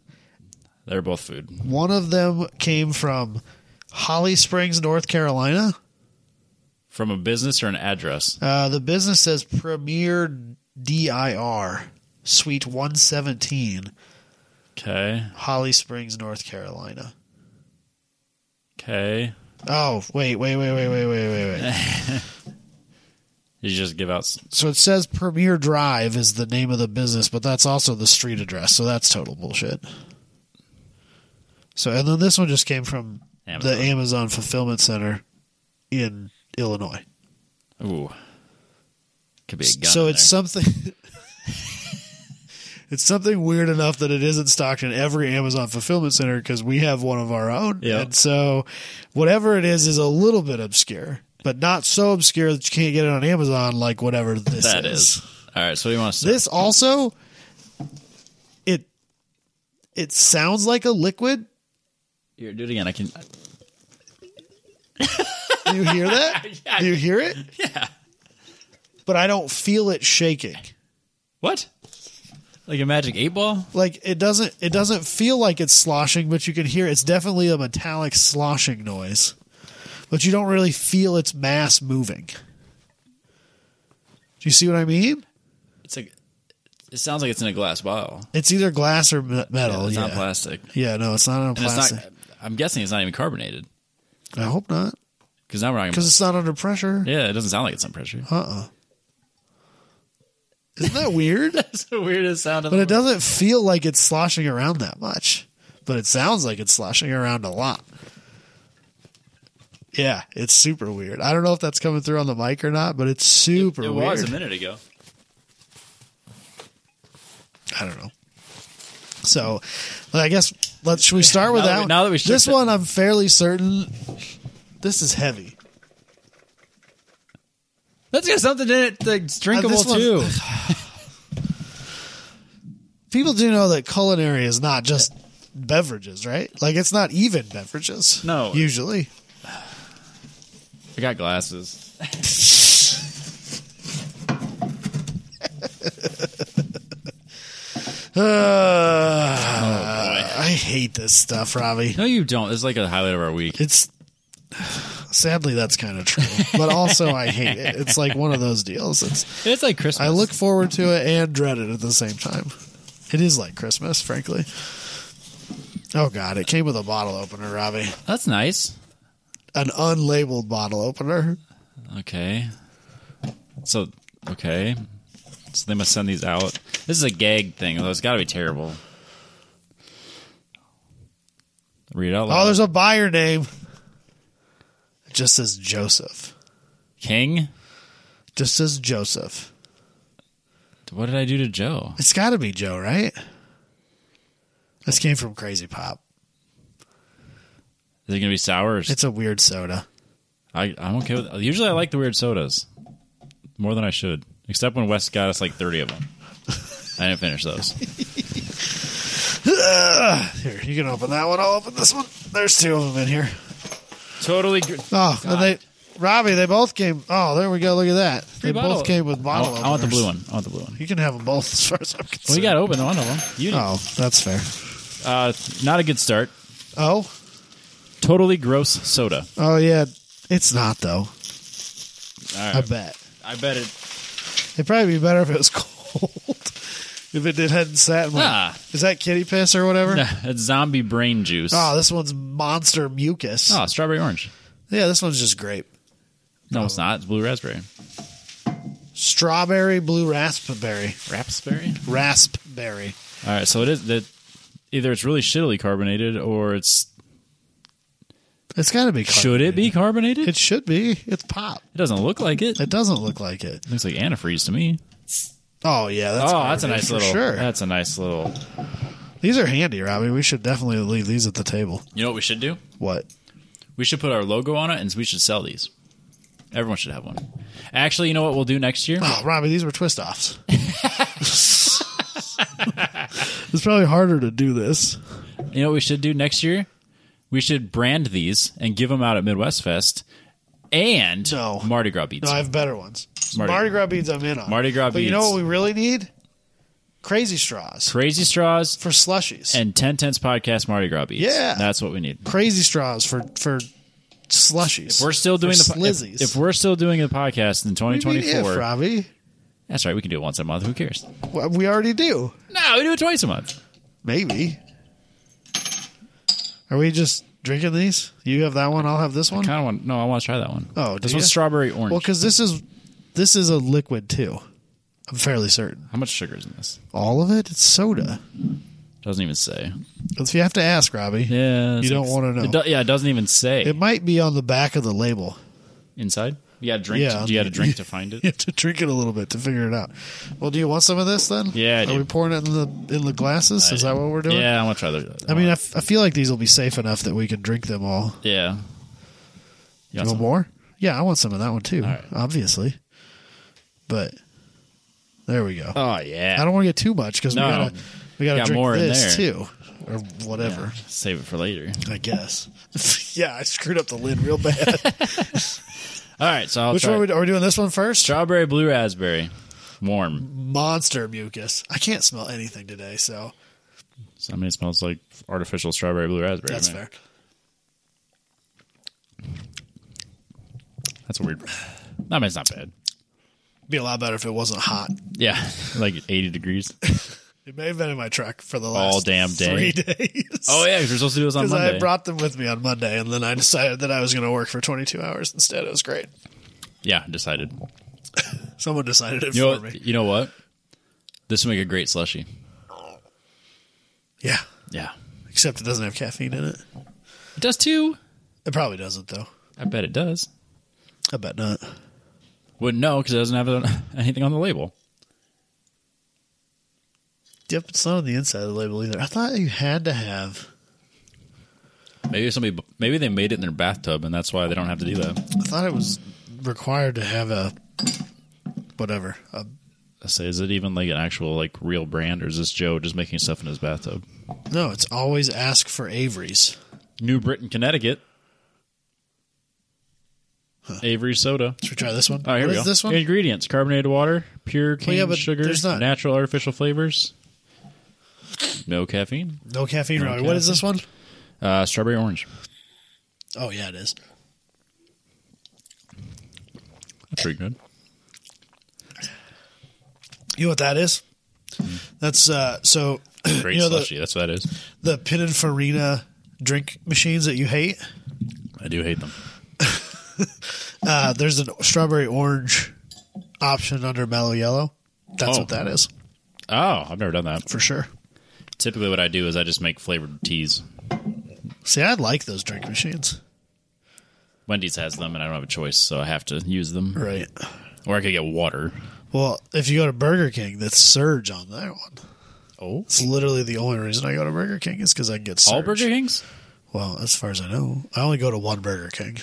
They're both food. One of them came from Holly Springs, North Carolina. From a business or an address. Uh, the business says Premier DIR, Suite 117, Okay. Holly Springs, North Carolina. Okay. Oh, wait, wait, wait, wait, wait, wait, wait, wait. You just give out. s- so it says Premier Drive is the name of the business, but that's also the street address, so that's total bullshit. So, and then this one just came from Amazon. the Amazon Fulfillment Center in Illinois. Ooh. Could be a gun. so in it's there. something [LAUGHS] it's something weird enough that it isn't stocked in every amazon fulfillment center because we have one of our own Yeah. and so whatever it is is a little bit obscure but not so obscure that you can't get it on amazon like whatever this that is. All right. So what do you want to say? this also it it sounds like a liquid Here, do it again. I can. do you hear [LAUGHS] that do you hear it yeah but i don't feel it shaking What? Like a magic eight ball? like it doesn't it doesn't feel like it's sloshing but you can hear it's definitely a metallic sloshing noise but you don't really feel its mass moving do you see what i mean It's like. It sounds like it's in a glass bottle. it's either glass or me- metal Oh, yeah, it's not plastic. yeah no it's not on And plastic it's not. I'm guessing it's not even carbonated i hope not because now we're not. because Gonna, it's not under pressure yeah, it doesn't sound like it's on pressure. uh-uh isn't that weird That's the weirdest sound. Of but the it doesn't feel like it's sloshing around that much but it sounds like it's sloshing around a lot yeah it's super weird i don't know if that's coming through on the mic or not but it's super It weird was a minute ago. i don't know so i guess let's should we start with Now that that we- one? now that we shook this it. one i'm fairly certain this is heavy That's got something in it that's drinkable Uh, this one- too. [LAUGHS] people do know that culinary is not just beverages right like it's not even beverages No. usually I got glasses. Uh, I hate this stuff, Robbie. No, you don't. This is like a highlight of our week. It's sadly that's kind of true, but also I hate it. It's like one of those deals. It's It's like Christmas. I look forward to it and dread it at the same time. It is like Christmas, frankly. Oh God! It came with a bottle opener, Robbie. That's nice. An unlabeled bottle opener. Okay. So okay. So they must send these out. This is a gag thing, though. It's got to be terrible. Read it out Oh, loud. there's a buyer name. It just says Joseph. King. Just says Joseph. What did I do to Joe? It's got to be Joe, right? This came from Crazy Pop. Is it gonna be sour? Or s- It's a weird soda. I I'm okay with. Usually I like the weird sodas more than I should, except when Wes got us like 30 of them. I didn't finish those. Here, you can open that one. I'll open this one. There's two of them in here. Totally. Gr- Oh, and they, Robbie, they both came. Oh, there we go. Look at that. they bottle. both came with I, bottle. want- I want the openers. blue one. I want the blue one. You can have them both, as far as I'm Well, you concerned. got to open one of them. You Oh, that's fair. uh, not a good start. Oh, Totally gross soda. oh yeah, it's not though. All I right. bet I bet it. it'd probably be better if it was [LAUGHS] cold. if it did hadn't sat. In like, Ah. Is that kitty piss or whatever? [LAUGHS] It's zombie brain juice. Oh, this one's monster mucus. Oh, strawberry orange. Yeah, this one's just grape. No, it's not. It's blue raspberry. Strawberry, blue raspberry, Raspberry. raspberry. All right. So it is that either it's really shittily carbonated or it's It's got to be. should it be carbonated? It should be. It's pop. It doesn't look like it. It doesn't look like it. Looks like antifreeze to me. Oh yeah, that's oh, that's a garbage nice for little. Sure, That's a nice little. these are handy, Robbie. We should definitely leave these at the table. You know what we should do? What? We should put our logo on it, and we should sell these. Everyone should have one. Actually, you know what we'll do next year? Oh, Robbie, these were twist offs. [LAUGHS] it's probably harder to do this. You know what we should do next year? We should brand these and give them out at Midwest Fest and No. Mardi Gras beats. No, I have better ones. Mardi- Mardi Gras beads, I'm in on. Mardi Gras But you know beads. what we really need? Crazy straws Crazy straws for slushies. and ten tenths podcast Mardi Gras beats. Yeah. that's what we need. crazy straws for for slushies. We're still doing for the po- if, slizzies. if we're still doing the podcast in What do you mean 2024. if, Robbie, that's right. We can do it once a month. Who cares? Well, we already do. No, we do it twice a month. Maybe. Are we just drinking these? You have that one. I'll have this one. Kind of want. No, I want to try that one. Oh, this do one's ya? strawberry orange. Well, because this is this is a liquid too. I'm fairly certain. How much sugar is in this? All of it. It's soda. Doesn't even say. If you have to ask, Robbie. Yeah, it's You don't like- wanna know. It do- yeah, it doesn't even say It might be on the back of the label. inside. You got to drink. Yeah, you got to I'm- [LAUGHS] drink to find You it. have to drink it a little bit to figure it out. Well, do you want some of this then? Yeah, I Are do. we pouring it in the in the glasses? Is that what we're doing? yeah, I want to try the. I mean, I, f- I feel like these will be safe enough that we can drink them all. yeah. You You want want some? more? Yeah, I want some of that one too. right. Obviously, but there we go. Oh yeah. I don't want to get too much because No. we gotta we gotta Got drink more in this there. too or whatever. Save it for later. I guess. [LAUGHS] yeah, I screwed up the lid real [LAUGHS] bad. All right, so I'll Which try one are we, are we doing? This one first? strawberry blue raspberry, warm. Monster mucus. I can't smell anything today, so So, I mean, it smells like artificial strawberry blue raspberry. that's man. fair. That's weird. I mean, it's not bad. Be a lot better if it wasn't hot. Yeah, [LAUGHS] like 80 [LAUGHS] degrees. It may have been in my truck for the last All damn day. three [LAUGHS] days. Oh yeah, 'cause we're supposed to do this on Because I Monday. had brought them with me on Monday, and then I decided that I was going to work for 22 hours instead. It was great. yeah, decided. Someone decided it You for know, me. you know what? This would make a great slushy. Yeah, Yeah, except it doesn't have caffeine in it. it does too. It probably doesn't, though. I bet it does. I bet not. Wouldn't know because it doesn't have it- [LAUGHS] anything on the label. Yep, it's not on the inside of the label either. I thought you had to have. Maybe somebody, maybe they made it in their bathtub, and that's why they don't have to do that. I thought it was required to have a whatever. A, I say, is it even like an actual like real brand, or is this Joe just making stuff in his bathtub? no, it's always ask for Avery's. New Britain, Connecticut. Avery soda. Should we try this one? Oh, here What we is go. this one? Ingredients: carbonated water, pure cane yeah, but sugar, there's not- natural artificial flavors, no caffeine. No caffeine, Robbie. What is this one? Uh, strawberry orange. Oh, yeah, it is. That's pretty good. You know what that is? Hmm. That's uh so [CLEARS THROAT] Great you know the, slushy. that's what that is. the Pininfarina drink machines that you hate. I do hate them. Uh, there's a strawberry orange option under mellow yellow. That's Oh. what that is Oh, I've never done that. for sure. Typically, what I do is I just make flavored teas. See, I like those drink machines. Wendy's has them, and I don't have a choice, so I have to use them. Right. Or I could get water. Well, if you go to Burger King, that's Surge on that one. Oh, It's literally the only reason I go to Burger King is because I can get Surge. all Burger Kings. Well, as far as I know, I only go to one Burger King.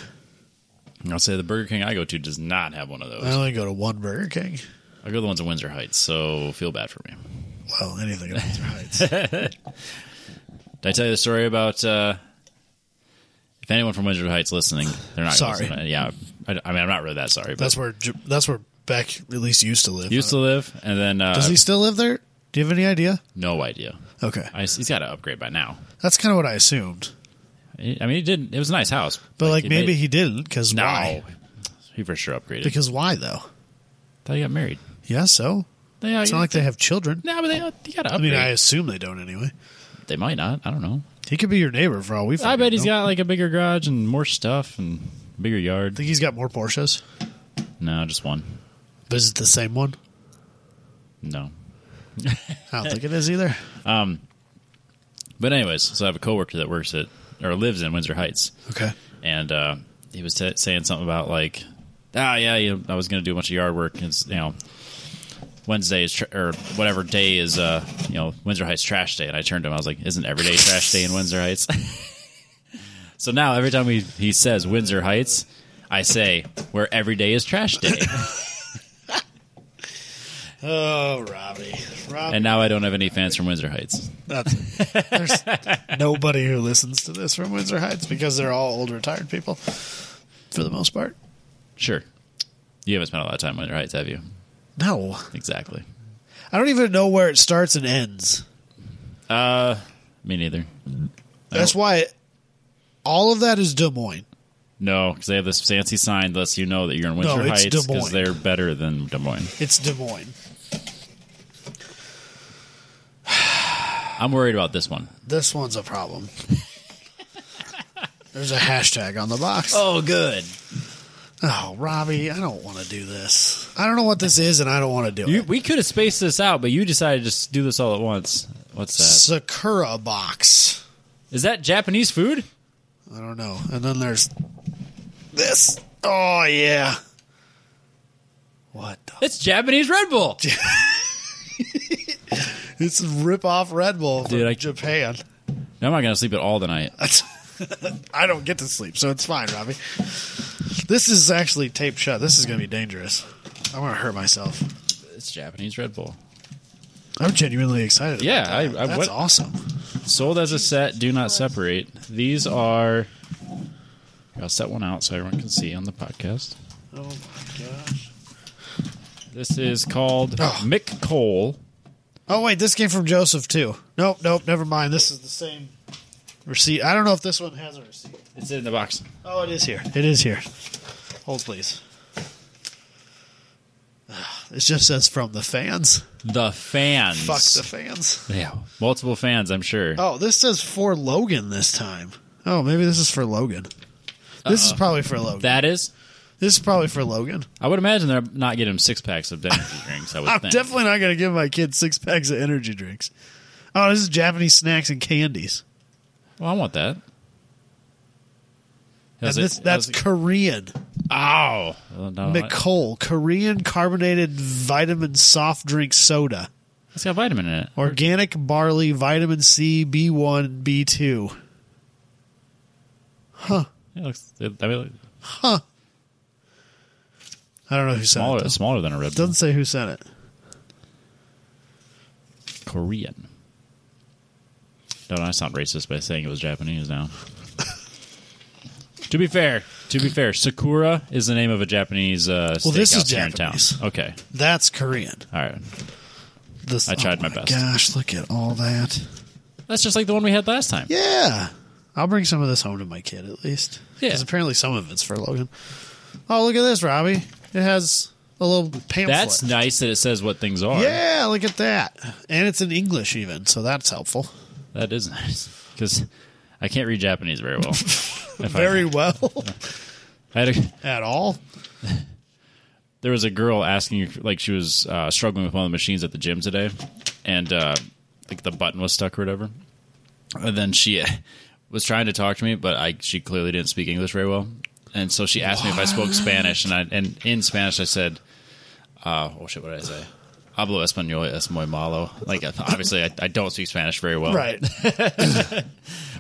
I'll say the Burger King I go to does not have one of I those. only go to one Burger King. I go to the ones in Windsor Heights, so feel bad [LAUGHS] for me. Well, anything at [LAUGHS] Windsor Heights. Did I tell you the story about? Uh, if anyone from Windsor Heights listening, they're not Sorry. listening. Yeah, I, I mean, I'm not really that sorry. But That's where J- that's where Beck at least used to live. used to live, and then uh, Does he still live there? Do you have any idea? no idea. Okay, I, he's got to upgrade by now. that's kind of what I assumed. I mean, he didn't. It was a nice house, But like, he maybe made- he didn't because no, why? he for sure upgraded. Because why though? thought he got married. Yeah, so They, it's not like they have children. no, but they, they got to I mean, upgrade. I assume they don't anyway. they might not. I don't know. He could be your neighbor for all we. I fucking bet he's know. got like a bigger garage and more stuff and bigger yard. think he's got more Porsches. No, just one. But is it the same one? No. I don't think it is either. But anyways, so I have a coworker that works at or lives in Windsor Heights, Okay. and uh, he was t- saying something about like, ah, yeah, you know, I was going to do a bunch of yard work, and it's, you know, Wednesday is tr- or whatever day is, uh, you know, Windsor Heights trash day, and I turned to him, I was like, isn't every day trash day in Windsor Heights? [LAUGHS] so now every time he he says Windsor Heights, I say where every day is trash day, [LAUGHS] Oh, Robbie, Robbie. and now I don't have any fans from Windsor Heights. that's, there's [LAUGHS] nobody who listens to this from Windsor Heights because they're all old retired people, for the most part. Sure, you haven't spent a lot of time in Windsor Heights, have you? No, Exactly. I don't even know where it starts and ends. Me neither. That's why all of that is Des Moines. No, because they have this fancy sign that lets you know that you're in Winter No, it's Heights Des Moines. because they're better than Des Moines. It's Des Moines. I'm worried about this one. This one's a problem. There's a hashtag on the box. Oh. Oh, good. Robbie, I don't want to do this. I don't know what this is, and I don't want to do You, it. we could have spaced this out, but you decided to just do this all at once. What's that? Sakura box. Is that Japanese food? I don't know. And then there's this. Oh yeah. What? The? It's Japanese Red Bull. It's a rip off Red Bull from Dude, I- Japan. [LAUGHS] I'm not gonna sleep at all tonight. I don't get to sleep, so it's fine, Robbie. This is actually taped shut. This is going to be dangerous. I'm going to hurt myself. It's Japanese Red Bull. I'm genuinely excited. Yeah, about that. I- I that's would- awesome. Sold as a set. Do not separate. These are. here, I'll set one out so everyone can see on the podcast. Oh my gosh. This is called Oh. Mick Cole. Oh wait, this came from Joseph too. Nope, nope, never mind. This is the same receipt. I don't know if this one has a receipt. It's in the box. Oh, it is here. It is here. Hold please. It just says from the fans. The fans. Fuck the fans. Yeah, multiple fans. I'm sure. Oh, this says for Logan this time. Oh, maybe this is for Logan. This is probably for Logan. Uh-huh. That is. this is probably for Logan. I would imagine they're not getting him six packs of [LAUGHS] energy drinks. I would I'm think. definitely not going to give my kids six packs of energy drinks. Oh, this is Japanese snacks and candies. well, I want that. And How's it- this, that's how's it- Korean. ow. Oh, no, I- McCole, Korean carbonated vitamin soft drink soda. It's got vitamin in it. Organic barley, vitamin C, B1, B2. It looks. It, I mean, I don't know who said smaller. it. though. Smaller than a Red Bull. Doesn't say who sent it. Korean. Don't I sound racist by saying it was Japanese now? to be fair, to be fair, Sakura is the name of a Japanese uh, Well, this is steakhouse here in town. Japanese. Okay, That's Korean. all right. This, I tried my oh best. Gosh, look at all that. That's just like the one we had last time. Yeah. I'll bring some of this home to my kid at least. Yeah. Because apparently some of it's for Logan. Oh, look at this, Robbie. It has a little pamphlet. That's nice that it says what things are. yeah, look at that. And it's in English even, so that's helpful. That is nice because I can't read Japanese very [LAUGHS] well. If I- Very well [LAUGHS] I had a, at all. there was a girl asking you like she was uh, struggling with one of the machines at the gym today and uh, like the button was stuck or whatever and then she uh, was trying to talk to me but I she clearly didn't speak English very well and so she asked me if I spoke Spanish and I and in Spanish I said uh, oh shit what did I say hablo español es muy malo like obviously I, I don't speak Spanish very well Right.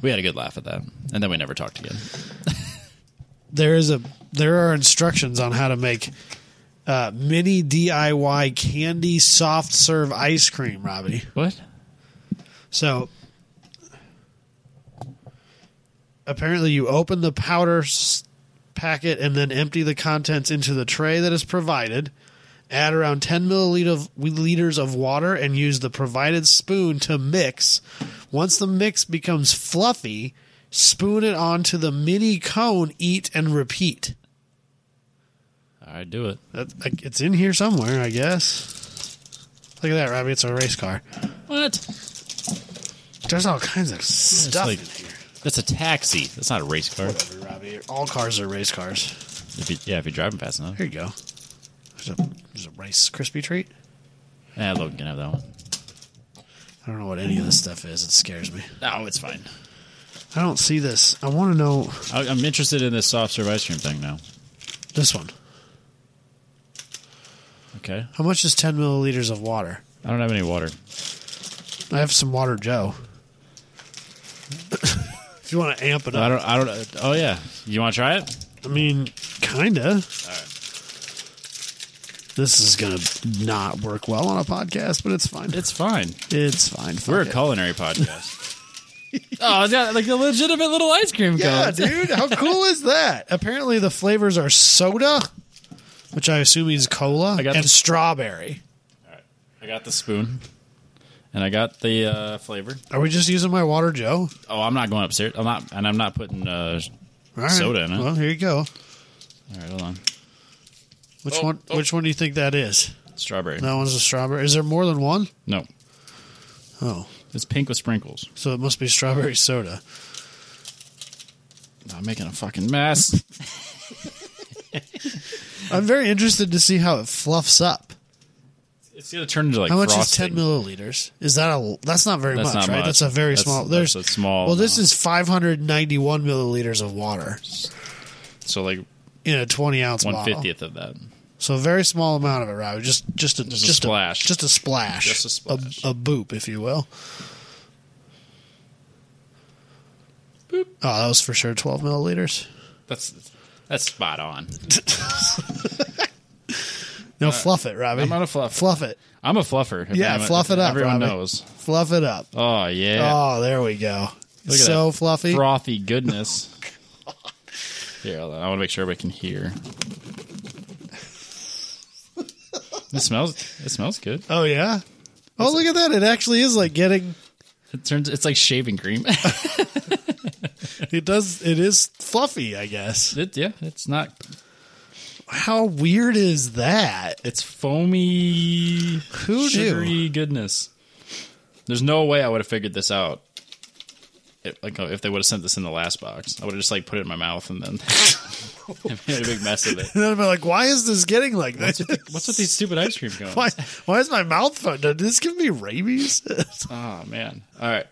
we had a good laugh at that and then we never talked again [LAUGHS] there is a there are instructions on how to make uh, mini DIY candy soft serve ice cream, Robbie. what So apparently, you open the powder s- packet and then empty the contents into the tray that is provided. Add around 10 milliliter of- liters of water and use the provided spoon to mix. Once the mix becomes fluffy, spoon it onto the mini cone, eat, and repeat. I do it That, like, it's in here somewhere, I guess. Look at that, Robbie. It's a race car. what There's all kinds of stuff like- in here. that's a taxi that's not a race car Whatever, Robbie. All cars are race cars. if you, yeah if you're driving fast enough Here you go. There's a, there's a rice crispy treat. Yeah, Logan can have that one. I don't know what any of this stuff is. It scares me. No, it's fine. I don't see this. I want to know I, I'm interested in this soft serve ice cream thing now. this one. Okay. How much is 10 milliliters of water? I don't have any water. I have some water, Joe. [LAUGHS] if you want to amp it I up. don't. I don't. Oh yeah. You want to try it? I mean, kind of. This is going to not work well on a podcast, but it's fine. It's fine. It's fine. Fuck We're a it. culinary [LAUGHS] podcast. oh, it's got like a legitimate little ice cream Yeah, cone. dude, how cool is that? Apparently, the flavors are soda, which I assume means cola, I got and the- strawberry. I I got the spoon, and I got the uh, flavor. Are we just using my water, Joe? Oh, I'm not going upstairs. I'm not, and I'm not putting. Uh, All right. Soda in it. Well, here you go. all right, hold on. Which Oh, one? oh. Which one do you think that is? Strawberry. That one's a strawberry. Is there more than one? no, Oh, it's pink with sprinkles. so it must be strawberry soda. I'm making a fucking [LAUGHS] mess. I'm very interested to see how it fluffs up. It's gonna turn into like How much frosting. is ten milliliters? Is that a? That's not very That's much, not right? much. That's a very That's- small. that's There's a small Well, this amount. is 591 milliliters of water So like in a 20 ounce one bottle. fiftieth of that. So a very small amount of it, Rob. Just just a just, a splash. just a splash, Just a splash. a, boop, if you will. Oh, that was for sure 12 milliliters. That's that's spot on. No, fluff it, Robbie. I'm not a fluff. Fluff it. I'm a fluffer. Yeah, I'm a- fluff it up. Everyone Robbie. knows. Fluff it up. Oh yeah, Oh, there we go. Look at so that fluffy. frothy [LAUGHS] goodness. Here, hold on. I want to make sure everybody can hear. It smells. It smells good. Oh yeah. Oh look at that! It actually is [LAUGHS] like getting. It turns. It's like shaving cream. [LAUGHS] It does. It is fluffy, I guess. it, yeah, it's not. How weird is that? [LAUGHS] It's foamy, Who knew? sugary goodness. There's no way I would have figured this out. If, like if they would have sent this in the last box, I would have just like put it in my mouth and then [LAUGHS] and made a big mess of it. And then I'm like, why is this getting like this? What's with these stupid ice cream cones? Why, why is my mouth fucked? Did this give me rabies? [LAUGHS] it Oh man! All right.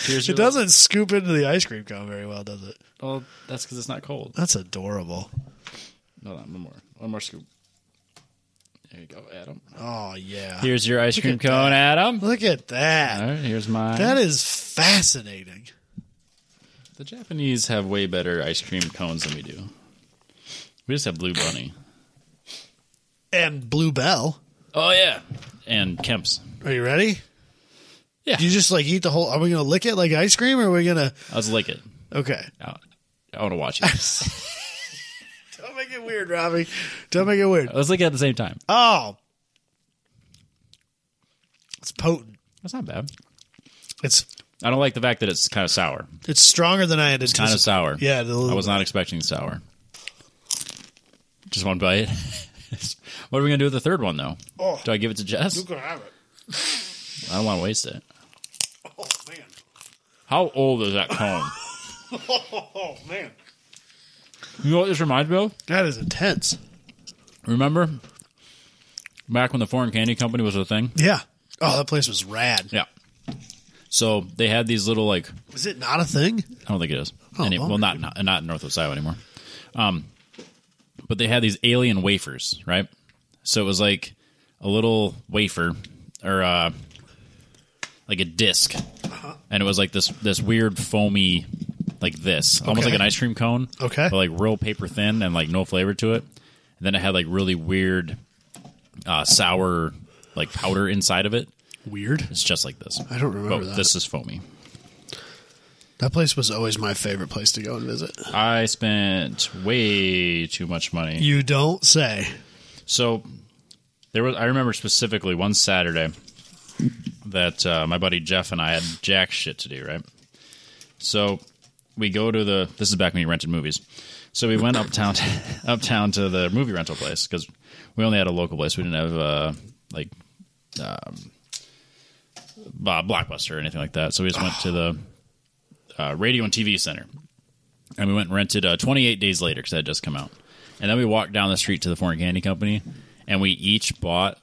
Here's your doesn't scoop into the ice cream cone very well, does it? Well, that's because it's not cold. That's adorable. Hold on, one more, one more scoop. There you go, Adam. Oh yeah. Here's your ice cream at cone, Adam. Look at that. All right, here's mine. That is fascinating. the Japanese have way better ice cream cones than we do. We just have Blue Bunny. And Blue Bell. Oh yeah, and Kemp's. Are you ready? Yeah. You just like eat the whole are we gonna lick it like ice cream or are we gonna I was lick it. Okay. I, I want to watch [LAUGHS] it. Don't make it weird, Robbie. Don't make it weird. Let's lick it at the same time. Oh. It's potent. That's not bad. It's I don't like the fact that it's kind of sour. it's stronger than I had anticipated. Kind of sour. Yeah, the I little- was not expecting sour. Just one bite. [LAUGHS] what are we gonna do with the third one though? Oh. Do I give it to Jess? can have it. I don't want to waste it. Oh man. How old is that cone? Oh man. you know what this reminds me of? That is intense. Remember back when the foreign candy company was a thing? Yeah. Oh, that place was rad. Yeah. So they had these little like Is it not a thing? I don't think it is. Oh, Any- bummer. well, not, not not in Northwest Iowa anymore. Um, but they had these alien wafers, right? So it was like a little wafer or uh, like a disk Uh-huh. and it was like this this weird foamy, like this, almost Okay. like an ice cream cone. Okay. but like real paper thin and like no flavor to it. And then it had like really weird, uh, sour like powder inside of it. Weird. It's just like this. I don't remember But that. This is foamy. That place was always my favorite place to go and visit. I spent way too much money. You don't say. So there was I remember specifically one Saturday that uh, my buddy Jeff and I had jack shit to do, right? So we go to the this is back when you rented movies. So we went uptown [LAUGHS] uptown to the movie rental place cuz we only had a local place. We didn't have uh like um uh, Blockbuster or anything like that. So we just went to the uh, radio and TV center. And we went and rented uh, 28 Days Later because that had just come out. And then we walked down the street to the Foreign Candy Company, and we each bought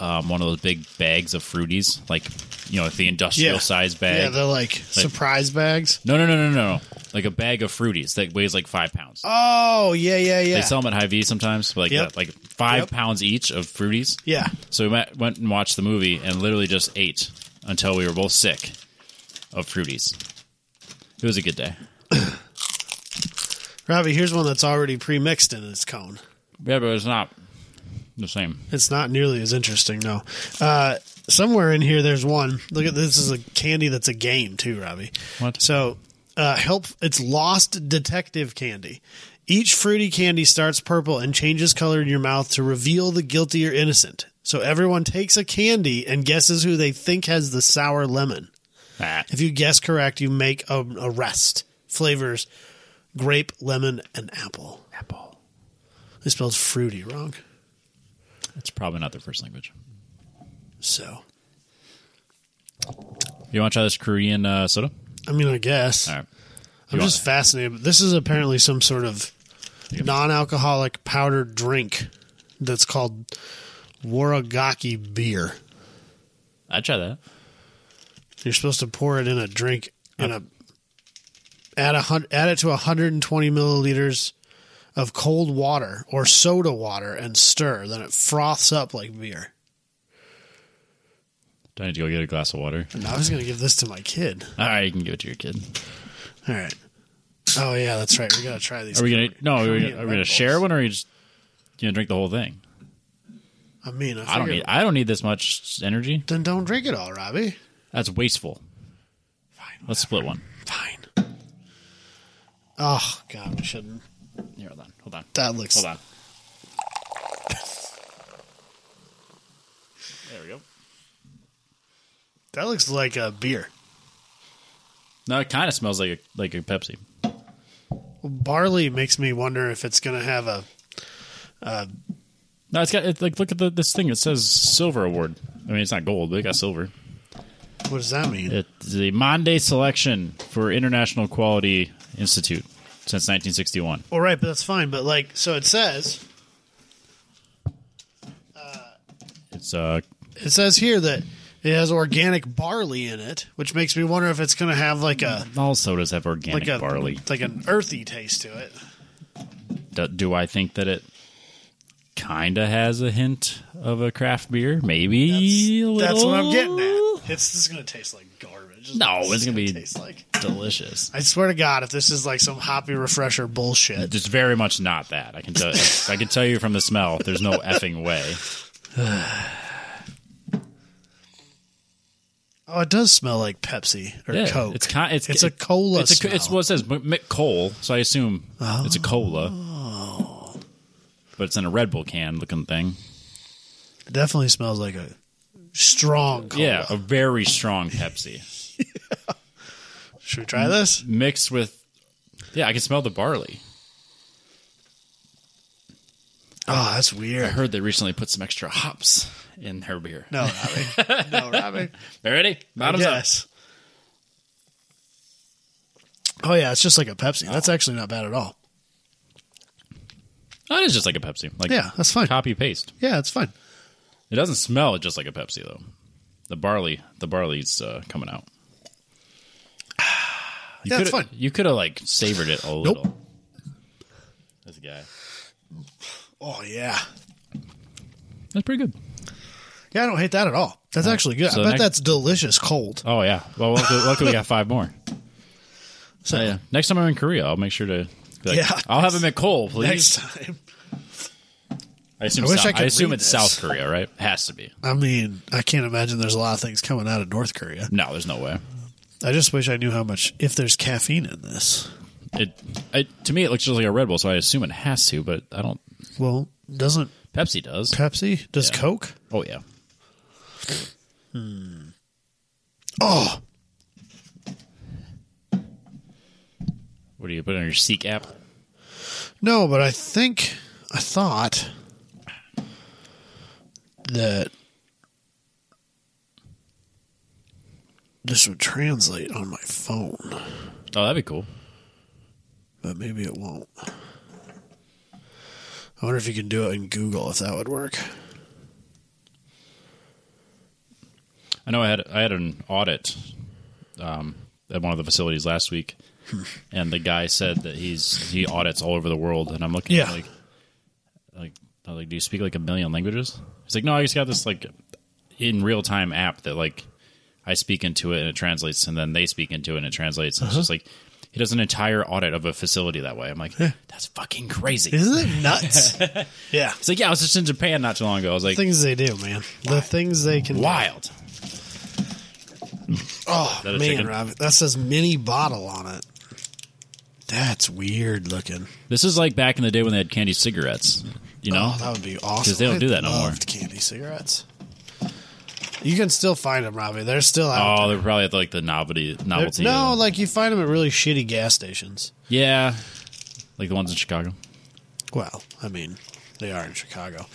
um, one of those big bags of fruities, like you know, the industrial size bag. Yeah, they're like, surprise bags. no, no, no, no, no, no, like a bag of fruities that weighs like five pounds. Oh yeah, yeah, yeah. They sell them at Hy-Vee sometimes, but like Yep. that, like five Yep. pounds each of fruities. yeah. So we went, went and watched the movie and literally just ate until we were both sick of fruities. It was a good day. Robbie, here's one that's already pre-mixed in its cone. Yeah, but it's not the same. It's not nearly as interesting, no. Uh, somewhere in here, there's one. Look at this is a candy that's a game too, Robbie. What? So uh, help. It's Lost Detective candy. Each fruity candy starts purple and changes color in your mouth to reveal the guilty or innocent. So everyone takes a candy and guesses who they think has the sour lemon. Ah. If you guess correct, you make a, a rest. Flavors grape, lemon, and apple. Apple. They spelled fruity wrong. It's probably not their first language. So, You want to try this Korean uh, soda? I mean, I guess. All right. I'm You just fascinated. but This is apparently some sort of non alcoholic powdered drink that's called Waragaki beer. I'd try that. You're supposed to pour it in a drink in a add a hun- add it to 120 milliliters of cold water or soda water and stir. Then it froths up like beer. Do I need to go get a glass of water? And I was gonna give this to my kid. All right, you can give it to your kid. All right. Oh yeah, that's right. We gotta try these. Are we gonna? No, are we Korean gonna, are we gonna Red share Bulls. one, or are you just gonna drink the whole thing? I mean, I, I don't figured- need. I don't need this much energy. Then don't drink it all, Robbie. That's wasteful. Fine. Let's split one. Fine. Oh god, we shouldn't. Here, hold on. Hold on. That looks. Hold on. There we go. That looks like a beer. No, it kind of smells like a like a Pepsi. Barley makes me wonder if it's gonna have a No, it's got it's like look at the, this thing. It says silver award. I mean, it's not gold, but it got silver. What does that mean? It's the Monday selection for International Quality Institute since 1961. All right, but that's fine. But like, so it says It's uh, it says here that it has organic barley in it, which makes me wonder if it's going to have like a all sodas have organic like a barley. like an earthy taste to it. Do, do I think that it kind of has a hint of a craft beer? Maybe a That's what I'm getting little? at. It's just going to taste like garbage. No, it's gonna be- taste like. Delicious. I swear to God, if this is like some hoppy refresher bullshit, It's very much not that. I can tell. I can tell you from the smell. There's no effing way. oh, it does smell like Pepsi or Yeah, Coke. It's kind. It's, It's a cola It's, a, it's smell. Oh. what it says m- m- coal. So I assume it's a cola. But it's in a Red Bull can looking thing. it definitely smells like a strong. Cola. Yeah, a very strong Pepsi should we try this? mixed with. Yeah, I can smell the barley. Oh, that's I weird. heard they recently put some extra hops in her beer. No, [LAUGHS] Robbie. No, Robbie. Ready? Bottoms up. Yes. Oh yeah, it's just like a Pepsi. That's actually not bad at all. Oh, it is just like a Pepsi. Like Yeah, that's fine. copy paste. Yeah, it's fine. It doesn't smell just like a Pepsi though. The barley, the barley's uh, coming [SIGHS] out. You Yeah, it's coulda- fine. You could have like savored it a little. This guy. Oh yeah, That's pretty good. yeah, I don't hate that at all. That's actually good. Oh, so I bet next- that's delicious cold. Oh yeah. Well, luckily, luckily we got five more. [LAUGHS] Oh, So Yeah. Next time I'm in Korea, I'll make sure to. be like, Yeah. I'll have a McCole, please. next time, I assume. I wish South- I could assume read it's this. South Korea, right? Has to be. I mean, I can't imagine there's a lot of things coming out of North Korea. No, there's no way. I just wish I knew how much if there's caffeine in this. It, it to me it looks just like a Red Bull, so I assume it has to. But I don't. Well, doesn't Pepsi does. Pepsi? Does Yeah. Coke? oh yeah. Oh, What do you put on your Seek app? No, but I think I thought that this would translate on my phone, Oh, that'd be cool. but maybe it won't. I wonder if you can do it in Google if that would work. I know I had I had an audit um, at one of the facilities last week, [LAUGHS] and the guy said that he's he audits all over the world, and I'm looking Yeah. at like like I was like do you speak like a million languages? He's like, no, I just got this like in real time app that like I speak into it and it translates, and then they speak into it and it translates. And It's Uh-huh. just like he does an entire audit of a facility that way. I'm like, that's fucking crazy. Isn't [LAUGHS] it nuts? yeah. It's like, yeah, I was just in Japan not too long ago. I was like, Things they do, man. The things they can wild. Oh, that a man, chicken? Rob. That says mini bottle on it. That's weird looking. This is like back in the day when they had candy cigarettes. You know, Oh, that would be awesome. 'Cause they don't I do that no more. loved Candy cigarettes. You can still find them, Robbie. They're still out. oh, they're probably at like the novelty They're- novelty. no, uh, like you find them at really shitty gas stations. yeah, like the ones in Chicago. Well, I mean, they are in Chicago.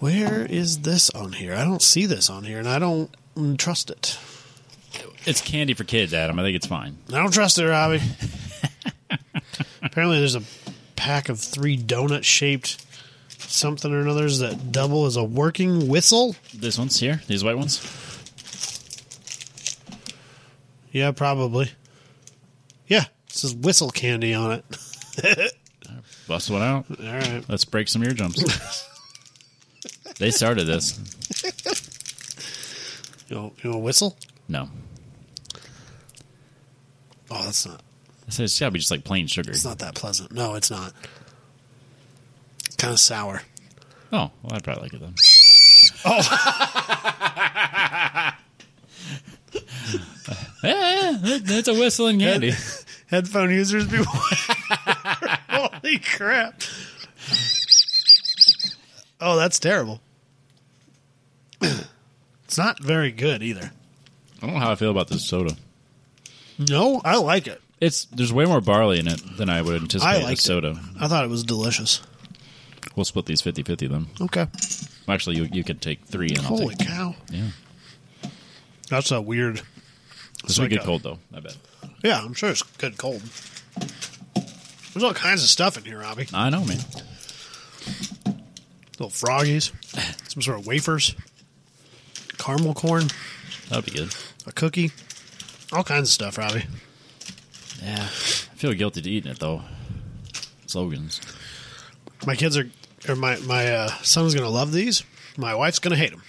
Where is this on here? I don't see this on here, and I don't mm, trust it. It's candy for kids, Adam. I think it's fine. I don't trust it, [LAUGHS] Robbie. Apparently, there's a pack of three donut shaped something or another's that double as a working whistle. This one's here. These white ones. Yeah, probably. Yeah, it says whistle candy on it. [LAUGHS] Bust one out. All right. Let's break some [LAUGHS] eardrums. they started this. You want, you want a whistle? No, Oh, that's not. I said it's got to be just like plain sugar. It's not that pleasant. No, it's not. Kind of sour. Oh, well, I'd probably like it then. [LAUGHS] Oh. yeah, yeah, that's a whistling candy. Headphone users be. [LAUGHS] Holy crap! Oh, that's terrible. [CLEARS THROAT] it's not very good either. I don't know how I feel about this soda. No, I like it. It's there's way more barley in it than I would anticipate. I with liked it. soda. I thought it was delicious. We'll split these 50-50 then. Okay. Actually, you you could take three and I'll Holy take. cow! Yeah, That's a weird. this would like get a- cold though. I bet. Yeah, I'm sure it's good cold. There's all kinds of stuff in here, Robbie. I know, man. Little froggies, some sort of wafers, caramel corn, That'd be good. a cookie, all kinds of stuff, Robbie. Yeah, I feel guilty to eating it though. It's Logan's. My kids are, or my my uh, son's gonna love these. My wife's gonna hate them.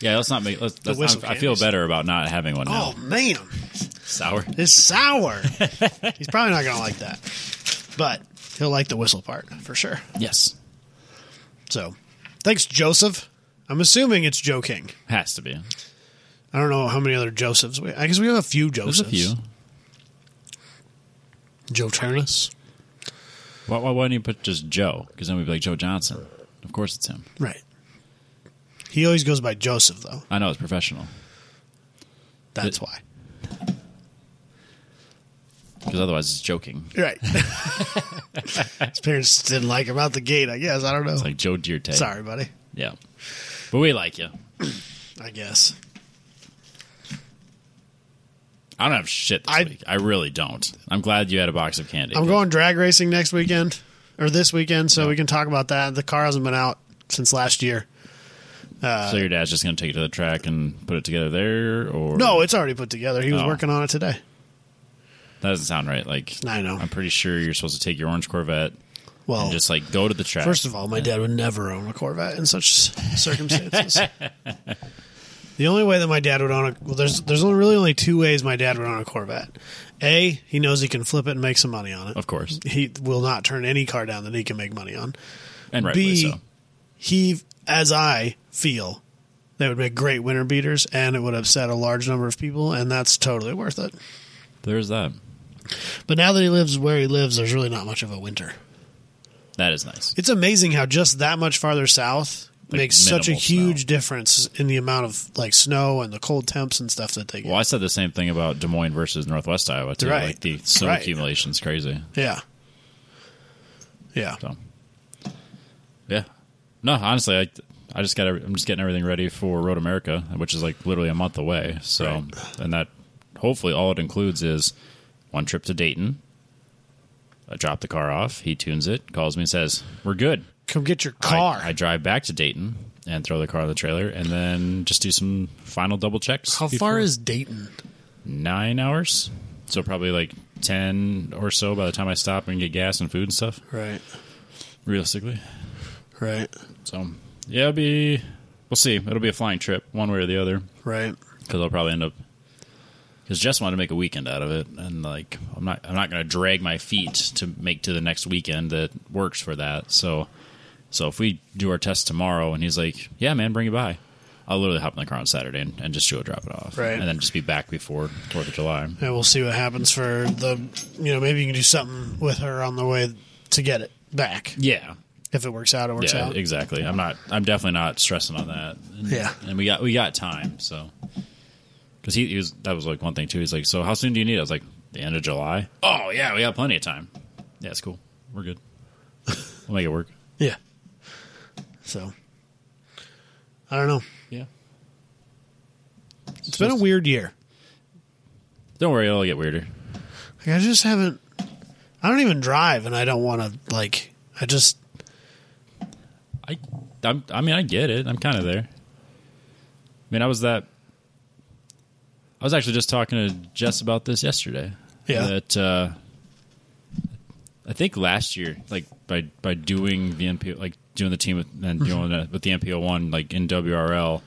Yeah, let's not make. Let's, let's whistle not, I feel candies. better about not having one now. Oh man, Sour. [LAUGHS] it's sour. He's probably not gonna like that, but he'll like the whistle part for sure. Yes, So, thanks, Joseph. I'm assuming it's Joe King. has to be. I don't know how many other Josephs we. I guess we have a few There's Josephs. a few. Joe Turnus. Why, why, why didn't you put just Joe? Because then we'd be like Joe Johnson. Of course it's him. Right. He always goes by Joseph, though. I know it's professional That's It- why. because otherwise it's joking. [LAUGHS] Right. His parents didn't like him out the gate, I guess. I don't know. It's like Joe Dierte. Sorry, buddy. Yeah, but we like you. I guess. I don't have shit this I- week. I really don't. I'm glad you had a box of candy. I'm going drag racing next weekend, or this weekend, so we can talk about that. The car hasn't been out since last year. so your dad's just going to take it to the track and put it together there, or No, it's already put together. He was Oh. working on it today. that doesn't sound right. Like I know. I'm pretty sure you're supposed to take your orange Corvette Well, and just like go to the track. First of all, my dad would never own a Corvette in such [LAUGHS] circumstances. the only way that my dad would own a well, there's there's only really only two ways my dad would own a Corvette. A, he knows he can flip it and make some money on it. of course, He will not turn any car down that he can make money on. and rightfully B, so. he, as I feel, they would make great winter beaters, and it would upset a large number of people, and that's totally worth it. There's that. But now that he lives where he lives, there's really not much of a winter. That is nice. It's amazing how just that much farther south Like makes such a minimal huge snow. difference in the amount of like snow and the cold temps and stuff that they get. Well, I said the same thing about Des Moines versus Northwest Iowa too. Right. Like the snow Right. accumulation's crazy. Yeah. Yeah. So, yeah. No, honestly, I I just got every- I'm just getting everything ready for Road America, which is like literally a month away. So, and that hopefully all it includes is one trip to Dayton. I drop the car off. He tunes it, calls me, and says we're good. Come get your I- car. I, drive back to Dayton and throw the car in the trailer, and then just do some final double checks. how before- far is Dayton? nine hours? So probably like ten or so by the time I stop and get gas and food and stuff. Right. Realistically, Right. So yeah, it'll be. We'll see. It'll be a flying trip, one way or the other, Right. because I'll probably end up. Because Jess wanted to make a weekend out of it, and like I'm not, I'm not going to drag my feet to make to the next weekend that works for that. So, so if we do our test tomorrow, and he's like, "Yeah, man, bring it by," I'll literally hop in the car on Saturday and, and just go drop it off, Right. and then just be back before Fourth of July. And we'll see what happens for the you know, maybe you can do something with her on the way to get it back. Yeah, if it works out, it works yeah, out. exactly. I'm not. I'm definitely not stressing on that. And, Yeah. and we got we got time. So because he, he was that was like one thing too. He's like, so how soon do you need? it?" I was like, the end of July. Oh yeah, we got plenty of time. Yeah, it's cool. We're good. We'll make it work. yeah. So I don't know. Yeah. It's been a weird year. Don't worry, it'll get weirder. Like, I just haven't. I don't even drive, and I don't want to. Like I just. I, I'm, I mean, I get it. I'm kind of there. I mean, I was that. I was actually just talking to Jess about this yesterday. Yeah. That uh, I think last year, like by by doing the NPO, like doing the team with and doing it with the NPO one, like in WRL,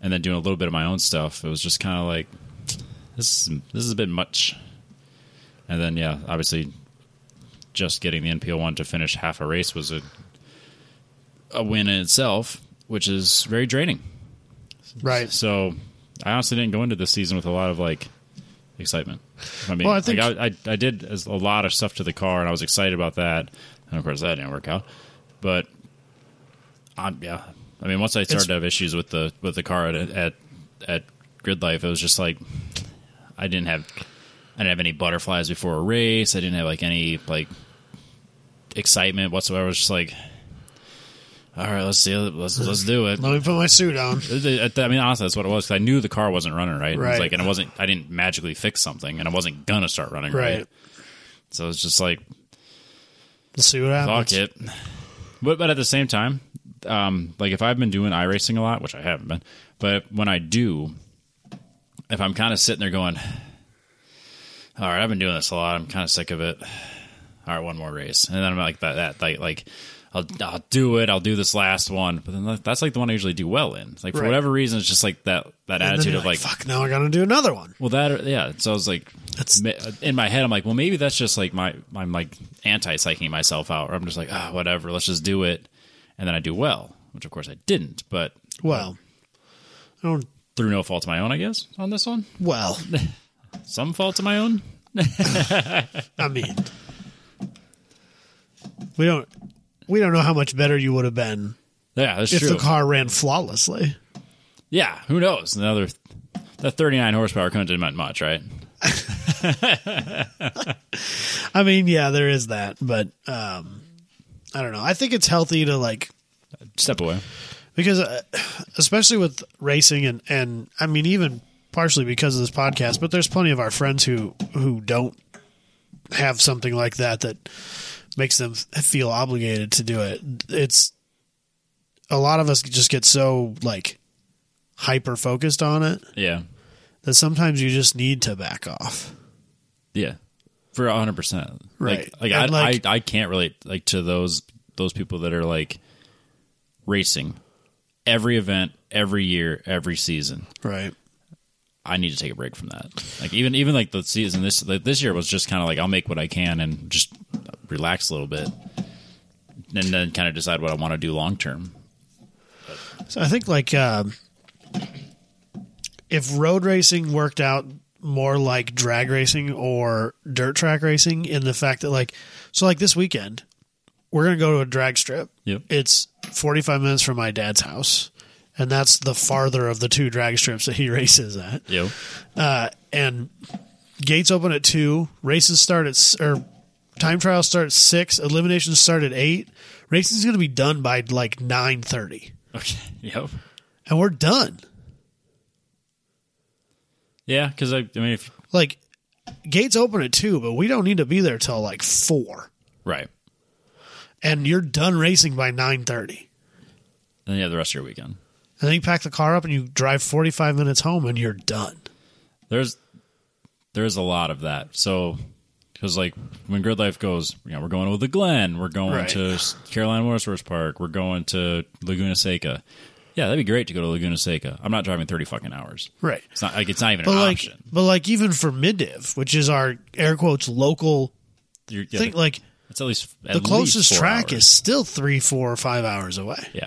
and then doing a little bit of my own stuff. It was just kind of like this. Is, this is a bit much. And then yeah, obviously, just getting the NPO one to finish half a race was a a win in itself, which is very draining. Right. So I honestly didn't go into this season with a lot of like excitement. I mean, Well, I I think- like I, I, I did as- a lot of stuff to the car, and I was excited about that. And of course, that didn't work out. But um, yeah, I mean, once I started to have issues with the with the car at at, at Grid Life, it was just like I didn't have I didn't have any butterflies before a race. I didn't have like any like excitement whatsoever. It was just like, all right, let's see, let's let's do it. Let me put my suit on. I I mean, honestly, that's what it was. 'cause I knew the car wasn't running right. It was Right. like, and it wasn't. I didn't magically fix something, and I wasn't gonna start running right. Right. So it's just like, Let's see what happens. fuck it. But but at the same time, um, like if I've been doing iRacing a lot, which I haven't been, but when I do, if I'm kind of sitting there going, all right, I've been doing this a lot. I'm kind of sick of it. All right, one more race, and then I'm like that that like like. I'll, I'll do it. I'll do this last one, but then that- that's like the one I usually do well in. It's like for Right. whatever reason, it's just like that that And then attitude you're of like, fuck, now I gotta do another one. well, that or- yeah. So I was like, That's- ma- uh, in my head. I'm like, well, maybe that's just like my I'm like anti psyching myself out, or I'm just like, ah, whatever. Let's just do it, and then I do well, which of course I didn't, but Well, I don't. through no fault of my own, I guess. On this one, Well, some fault of my own. I mean, we don't. We don't know how much better you would have been Yeah, that's if true. the car ran flawlessly. yeah, who knows? Another that 39 horsepower couldn't have meant much, right? I mean, yeah, there is that, but um, I don't know. I think it's healthy to like Step away. because uh, especially with racing and and I mean even partially because of this podcast, but there's plenty of our friends who who don't have something like that that makes them feel obligated to do it. It's a lot of us just get so like hyper focused on it Yeah, that sometimes you just need to back off. Yeah, for hundred percent. Right. Like, like, I, And, like- I, I can't relate like to those those people that are like racing every event, every year, every season. Right. I need to take a break from that. Like even even like the season this like, this year was just kind of like I'll make what I can and just relax a little bit, and then kind of decide what I want to do long term. So I think like um if road racing worked out more like drag racing or dirt track racing in the fact that like so like this weekend we're gonna go to a drag strip. Yep. It's forty five minutes from my dad's house. And that's the farther of the two drag strips that he [LAUGHS] races at. [LAUGHS] Yo, Uh, and gates open at two. Races start at s- or time trials start at six. Eliminations start at eight. Racing's going to be done by like nine thirty, okay, yep, and we're done. yeah. Because I, I mean, if, like gates open at two, but we don't need to be there till like four, right, and you're done racing by nine thirty. then you have the rest of your weekend. And then you pack the car up and you drive forty five minutes home, and you're done. there's there's a lot of that. So because like when Grid Life goes, you know, we're going to the Glen, we're going Right. to Carolina Motorsports Park, we're going to Laguna Seca. Yeah, that'd be great to go to Laguna Seca. I'm not driving thirty fucking hours. Right. It's not like it's not even But an like, option. but like even for Middiv, which is our air quotes local You're, yeah, thing, like it's at least at the least closest four track hours. is still three, four, or five hours away, yeah.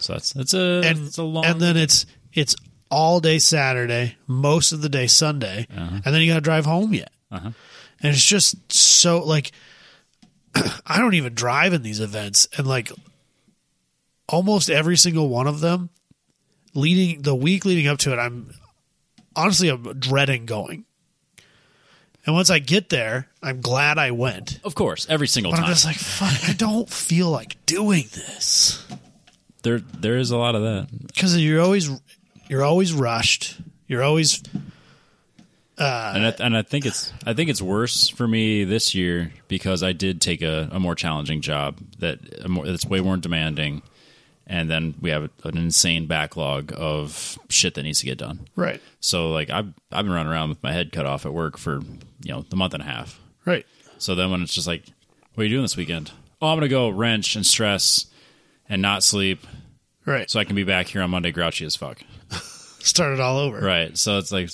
So that's that's a and it's a long and then it's it's all day Saturday, most of the day Sunday, and then you got to drive home yet. Uh-huh. And it's just so like [CLEARS THROAT] I don't even drive in these events, and like almost every single one of them, leading the week leading up to it, I'm honestly I'm dreading going. And once I get there, I'm glad I went. Of course, every single But I'm time. just like, fuck, I don't feel like doing this there there is a lot of that. because you're always you're always rushed. You're always and I, and I think it's I think it's worse for me this year because I did take a, a more challenging job that a more, that's way more demanding, and then we have an insane backlog of shit that needs to get done. right, So like I've I've been running around with my head cut off at work for you know the month and a half. right. So then when it's just like, what are you doing this weekend? Oh, I'm gonna go wrench and stress and not sleep Right. so I can be back here on Monday grouchy as fuck. Start it all over. Right. So it's like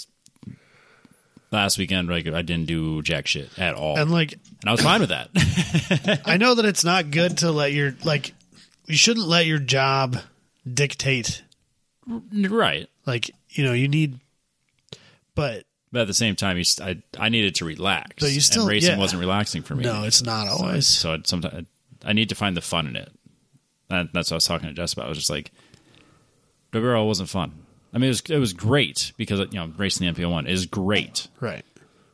last weekend, like I didn't do jack shit at all, And and, like I was fine with that. [LAUGHS] I know that it's not good to let your like you shouldn't let your job dictate right. like you know you need but But at the same time, you st- I I needed to relax. But you still- and racing yeah. wasn't relaxing for me. no it's not always So I'd sometimes I need to find the fun in it. And that's what I was talking to Jess about. I was just like, WRL wasn't fun. I mean, it was it was great because you know racing the MPO one is great right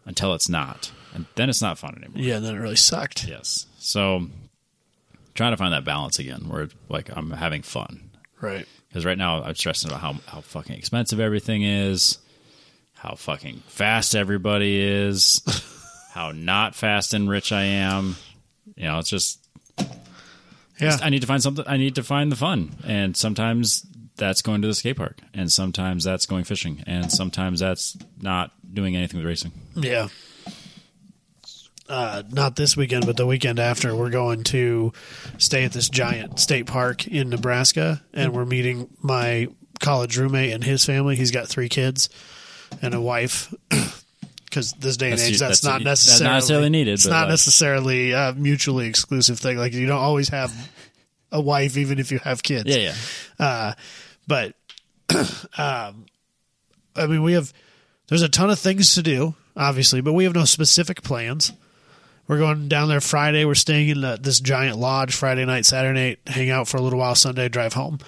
until it's not, and then it's not fun anymore. yeah and then it really sucked Yes. So trying to find that balance again where like I'm having fun. right Because right now I'm stressing about how, how fucking expensive everything is, how fucking fast everybody is, how not fast and rich I am. You know, it's just yeah I need to find something I need to find the fun. And sometimes that's going to the skate park. And sometimes that's going fishing. And sometimes that's not doing anything with racing. yeah uh, not this weekend but the weekend after we're going to stay at this giant state park in Nebraska and we're meeting my college roommate and his family he's got three kids and a wife [CLEARS THROAT] because this day and That's- age that's, that's- not that's necessarily not necessarily needed, it's but, not like- necessarily a mutually exclusive thing like you don't always have a wife even if you have kids Yeah, yeah. but [CLEARS THROAT] um, I mean, we have there's a ton of things to do, obviously, but we have no specific plans. We're going down there Friday. We're staying in the, this giant lodge Friday night, Saturday night, hang out for a little while, Sunday drive home,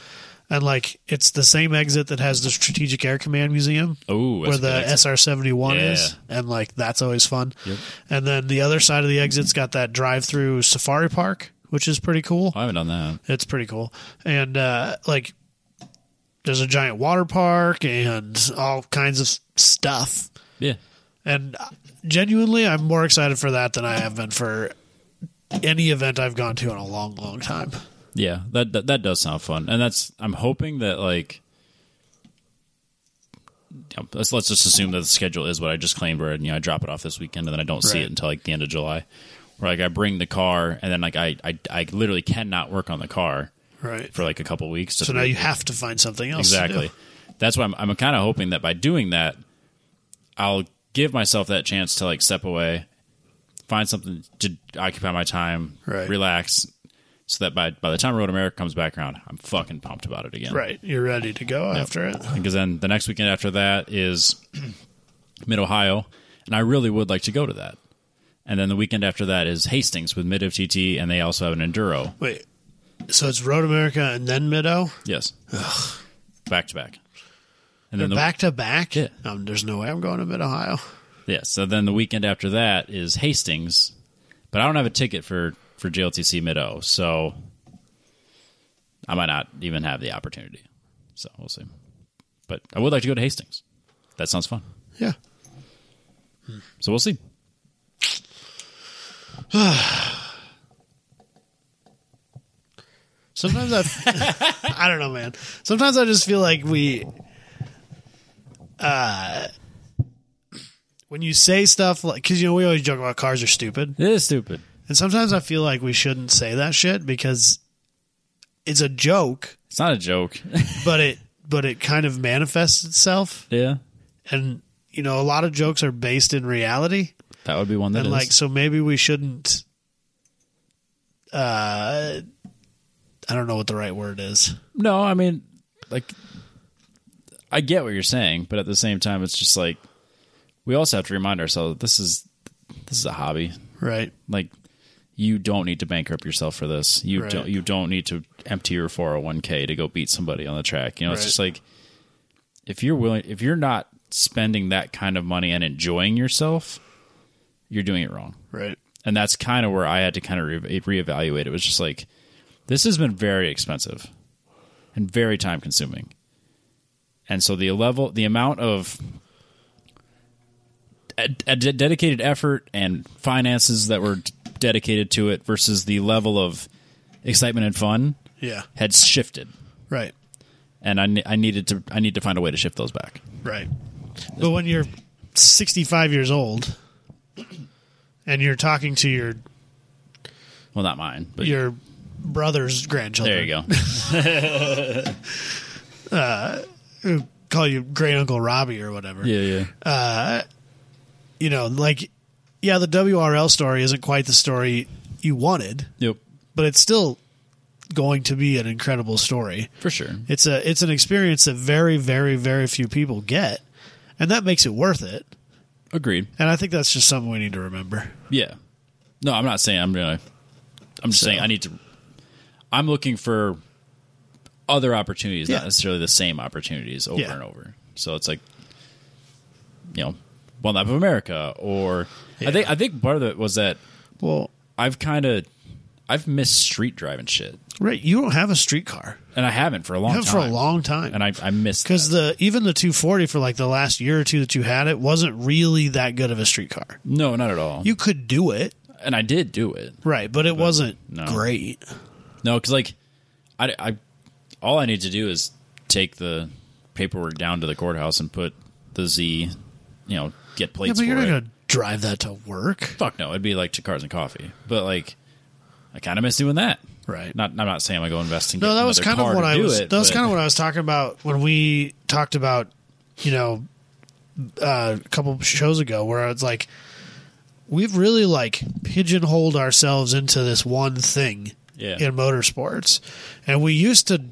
and like it's the same exit that has the Strategic Air Command Museum Oh, where the SR seventy one Yeah. is, and like that's always fun. Yep. And then the other side of the exit's got that drive through safari park, which is pretty cool. Oh, I haven't done that. It's pretty cool. And uh, like, there's a giant water park and all kinds of stuff. Yeah. And genuinely, I'm more excited for that than I have been for any event I've gone to in a long, long time. Yeah, that, that that does sound fun, and that's I'm hoping that like yeah, let's let's just assume that the schedule is what I just claimed, where you know I drop it off this weekend and then I don't see Right. it until like the end of July, where like I bring the car and then like I I, I literally cannot work on the car Right. for like a couple weeks. So now you have to find something else. to exactly. do. That's why I'm I'm kind of hoping that by doing that, I'll give myself that chance to like step away, find something to occupy my time, Right. relax, so that by by the time Road America comes back around, I'm fucking pumped about it again. Right. You're ready to go after it. Because then the next weekend after that is [CLEARS THROAT] Mid Ohio, and I really would like to go to that. And then the weekend after that is Hastings with Mid FTT, and they also have an enduro. Wait. So it's Road America and then Mido? Yes, back to back. And then the Back to back? Yeah. Um, there's no way I'm going to Mid Ohio. Yeah. So then the weekend after that is Hastings, but I don't have a ticket for for JLTC Mid O, so I might not even have the opportunity. So we'll see. But I would like to go to Hastings. That sounds fun. Yeah. So we'll see. Sometimes I, [LAUGHS] I don't know, man. Sometimes I just feel like we, uh, when you say stuff like, because you know we always joke about cars are stupid, It is stupid. and sometimes I feel like we shouldn't say that shit because it's a joke, It's not a joke. [LAUGHS] but it but it kind of manifests itself, yeah. and you know a lot of jokes are based in reality, That would be one that and is. like so maybe we shouldn't. Uh, I don't know what the right word is. no, I mean, like, I get what you're saying, but at the same time, it's just like we also have to remind ourselves that this is this is a hobby. Right. like you don't need to bankrupt yourself for this. You Right. don't you don't need to empty your 401k to go beat somebody on the track. You know, it's Right. just like if you're willing if you're not spending that kind of money and enjoying yourself, you're doing it wrong. Right. And that's kind of where I had to kind of re- reevaluate. It was just like this has been very expensive and very time consuming. And so the level the amount of a, a de- dedicated effort and finances that were d- dedicated to it versus the level of excitement and fun Yeah. had shifted Right. and I, ne- I needed to I need to find a way to shift those back. Right. But when you're 65 years old and you're talking to your Well, not mine, but your brother's grandchildren, there you go. Call you great uncle Robbie or whatever. yeah. You know, like yeah, the WRL story isn't quite the story you wanted, Yep. but it's still going to be an incredible story. For sure. It's a it's an experience that very very very few people get, and that makes it worth it. Agreed. And I think that's just something we need to remember. Yeah. No, I'm not saying I'm gonna. I'm just saying I need to. I'm looking for other opportunities, Yeah. not necessarily the same opportunities over Yeah. and over. So it's like, you know, One Lap of America, or I think I think part of it was that Well, I've kind of I've missed street driving shit, right, you don't have a streetcar. and I haven't for a long You haven't for time. a long time. and I I missed because the even the 240 for like the last year or two that you had it wasn't really that good of a street car. no, not at all. You could do it, and I did do it. right? But it wasn't no. great. No, because like, I, I, all I need to do is take the paperwork down to the courthouse and put the Z, you know, get Yeah, plates but for you're not it. gonna drive that to work, Fuck no, it'd be like to cars and coffee. But like, I kind of miss doing that. right? Not, I'm not saying I'm gonna go invest in. no, that was kind of what I was. It, that was kind of what I was talking about when we talked about, you know, uh, a couple shows ago, where it's like we've really like pigeonholed ourselves into this one thing Yeah. in motorsports, and we used to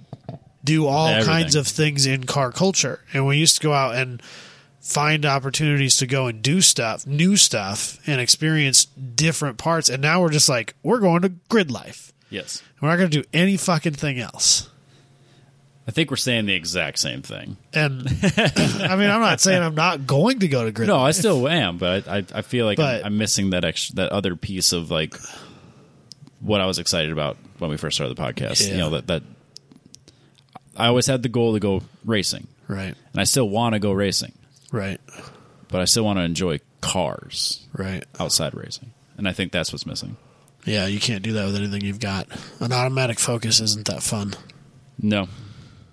do all Everything. kinds of things in car culture, and we used to go out and find opportunities to go and do stuff, new stuff, and experience different parts. And now we're just like we're going to grid life. Yes, We're not going to do any fucking thing else. I think we're saying the exact same thing. And I mean, I'm not saying I'm not going to go to grid. No, I still am, but I, I, I feel like But- I'm, I'm missing that extra, that other piece of like what I was excited about when we first started the podcast. Yeah. You know that that I always had the goal to go racing, Right, and I still want to go racing, right, but I still want to enjoy cars right. outside racing, and I think that's what's missing. Yeah, you can't do that with anything you've got. An automatic focus isn't that fun. No,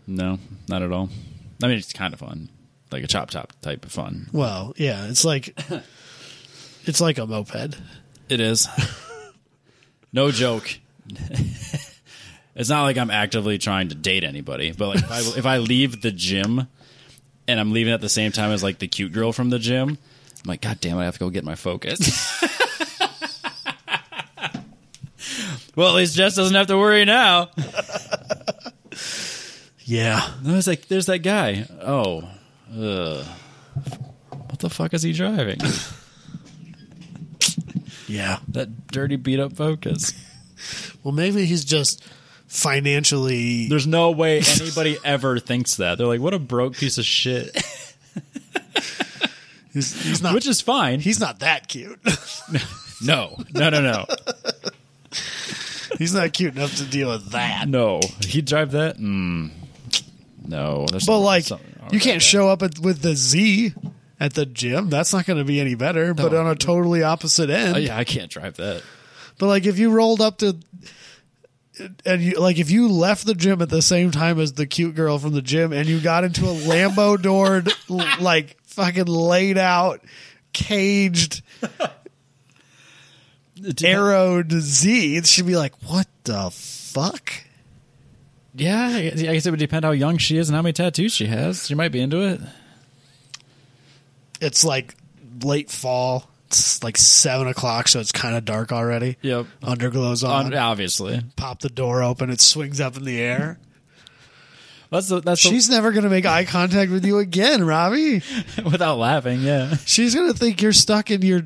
no, not at all. I mean, it's kind of fun, like a chop top type of fun. Well, yeah, [LAUGHS] it's like it's like a moped. It is. [LAUGHS] no joke. [LAUGHS] it's not like I'm actively trying to date anybody, but like if I, if I leave the gym and I'm leaving at the same time as like the cute girl from the gym, I'm like, God damn it, I have to go get my focus. [LAUGHS] well, at least Jess doesn't have to worry now. Yeah, I was like, there's that guy. Oh, ugh. what the fuck is he driving? yeah. that dirty beat up focus. Well, maybe he's just financially. There's no way anybody ever thinks that. They're like, what a broke piece of shit. He's, he's not. Which is fine. he's not that cute. [LAUGHS] no, no, no, no, he's not cute enough to deal with that. no. He drive that? Mm. No, there's But something- like, something wrong you with can't that. show up at, with the Z at the gym. That's not going to be any better. But on a totally opposite end. Oh, yeah, I can't drive that. But like if you rolled up to and you like if you left the gym at the same time as the cute girl from the gym and you got into a Lambo doored [LAUGHS] l- like fucking laid out caged arrowed Z, she'd be like, What the fuck? Yeah, I guess I guess it would depend how young she is and how many tattoos she has. She might be into it. It's like late fall. It's like seven o'clock, so it's kinda dark already. Yep. Underglow's on. On, obviously, Pop the door open, it swings up in the air. that's the, that's the- [LAUGHS] She's never gonna make eye contact with you again, Robbie. [LAUGHS] without laughing. Yeah, She's gonna think you're stuck in your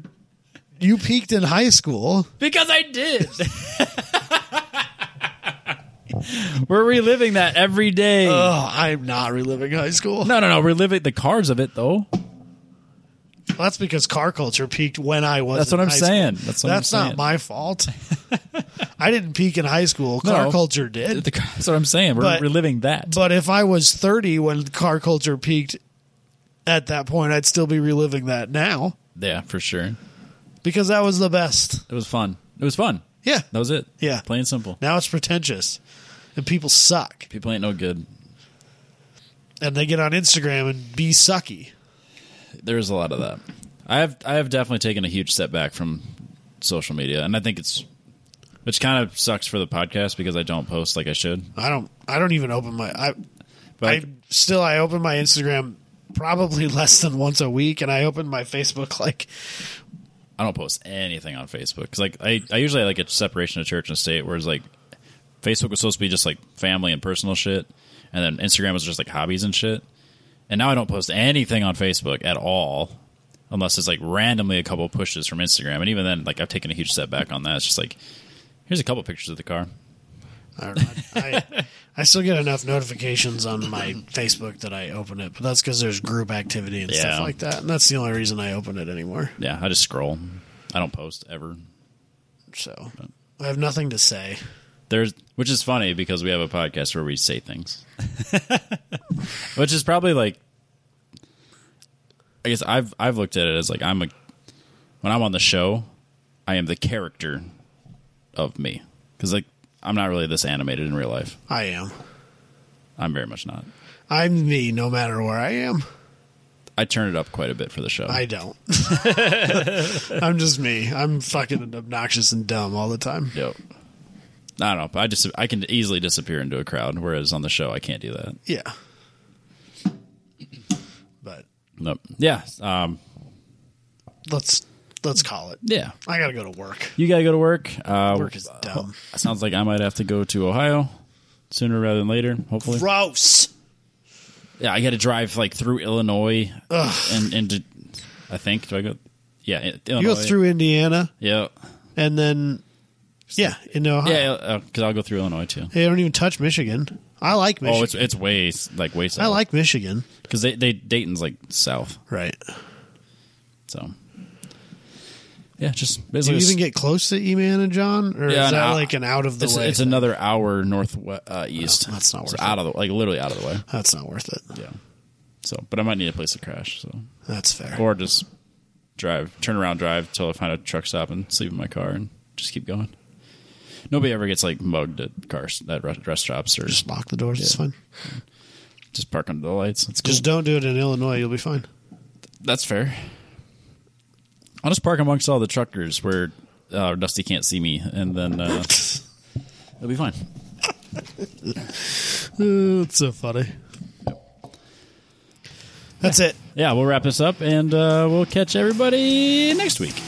you peaked in high school. Because I did. [LAUGHS] We're reliving that every day. Oh, I'm not reliving high school. no, no, no. Reliving the cars of it, though. That's because car culture peaked when I was. That's what in I'm high saying. school. That's That's, what I'm not saying. my fault. [LAUGHS] I didn't peak in high school. Car No. culture did. The car- [LAUGHS] that's what I'm saying. We're But- reliving that. But if I was 30 when car culture peaked at that point, I'd still be reliving that now yeah, for sure. because that was the best. It was fun. It was fun. Yeah. That was it. Yeah. Plain and simple. Now it's pretentious and people suck People ain't no good. and they get on Instagram and be sucky. There's a lot of that. I have I have definitely taken a huge step back from social media, and I think it's which kind of sucks for the podcast because I don't post like I should. I don't I don't even open my I But I still I open my Instagram probably [LAUGHS] less than once a week and I open my Facebook like I don't post anything on Facebook because like I, I usually like a separation of church and state, whereas like Facebook was supposed to be just like family and personal shit, and then Instagram was just like hobbies and shit. And now I don't post anything on Facebook at all, unless it's like randomly a couple pushes from Instagram, and even then, like I've taken a huge step back on that. It's just like here's a couple pictures of the car. I don't know. I, I still get enough notifications on my Facebook that I open it, but that's because there's group activity and Yeah. stuff like that, and that's the only reason I open it anymore. Yeah, I just scroll. I don't post ever. So I have nothing to say. There's which is funny because we have a podcast where we say things. [LAUGHS] which is probably like I guess I've I've looked at it as like I'm a when I'm on the show, I am the character of me. Cuz like I'm not really this animated in real life. I am. I'm very much not. I'm me, no matter where I am. I turn it up quite a bit for the show. I don't. [LAUGHS] I'm just me. I'm fucking obnoxious and dumb all the time. Yep. I don't know. I just I can easily disappear into a crowd whereas on the show I can't do that. Yeah. But Nope. Yeah. Um let's let's call it. yeah. I gotta go to work. You gotta go to work. Uh, Work is dumb. Sounds like I might have to go to Ohio sooner rather than later. Hopefully, Gross. yeah. I got to drive like through Illinois and and to, I think do I go? Oh, Yeah, I- Illinois. You go through Indiana Yeah, and then yeah, into Ohio. yeah, because I'll go through Illinois too. They don't even touch Michigan. I like Michigan. Oh, it's it's way s- like way south. I like Michigan. because they they Dayton's like south, Right. so yeah, just Do basically you s- even get close to E Man and John? Or Yeah, is that no, like an out of the it's, way? it's thing? another hour north uh, east. No, that's not It's worth it. out of the like literally out of the way. That's not worth it. Yeah, so but I might need a place to crash. So That's fair. or just drive, turn around, drive till I find a truck stop and sleep in my car and just keep going. Nobody ever gets like mugged at cars at re- rest stops or just lock the doors. It's fine. just park under the lights. That's cool. Just don't do it in Illinois. You'll be fine. That's fair. I'll just park amongst all the truckers where uh, Dusty can't see me, and then uh, it'll be fine. Uh, It's so funny. That's it. Yeah, we'll wrap this up, and uh, we'll catch everybody next week.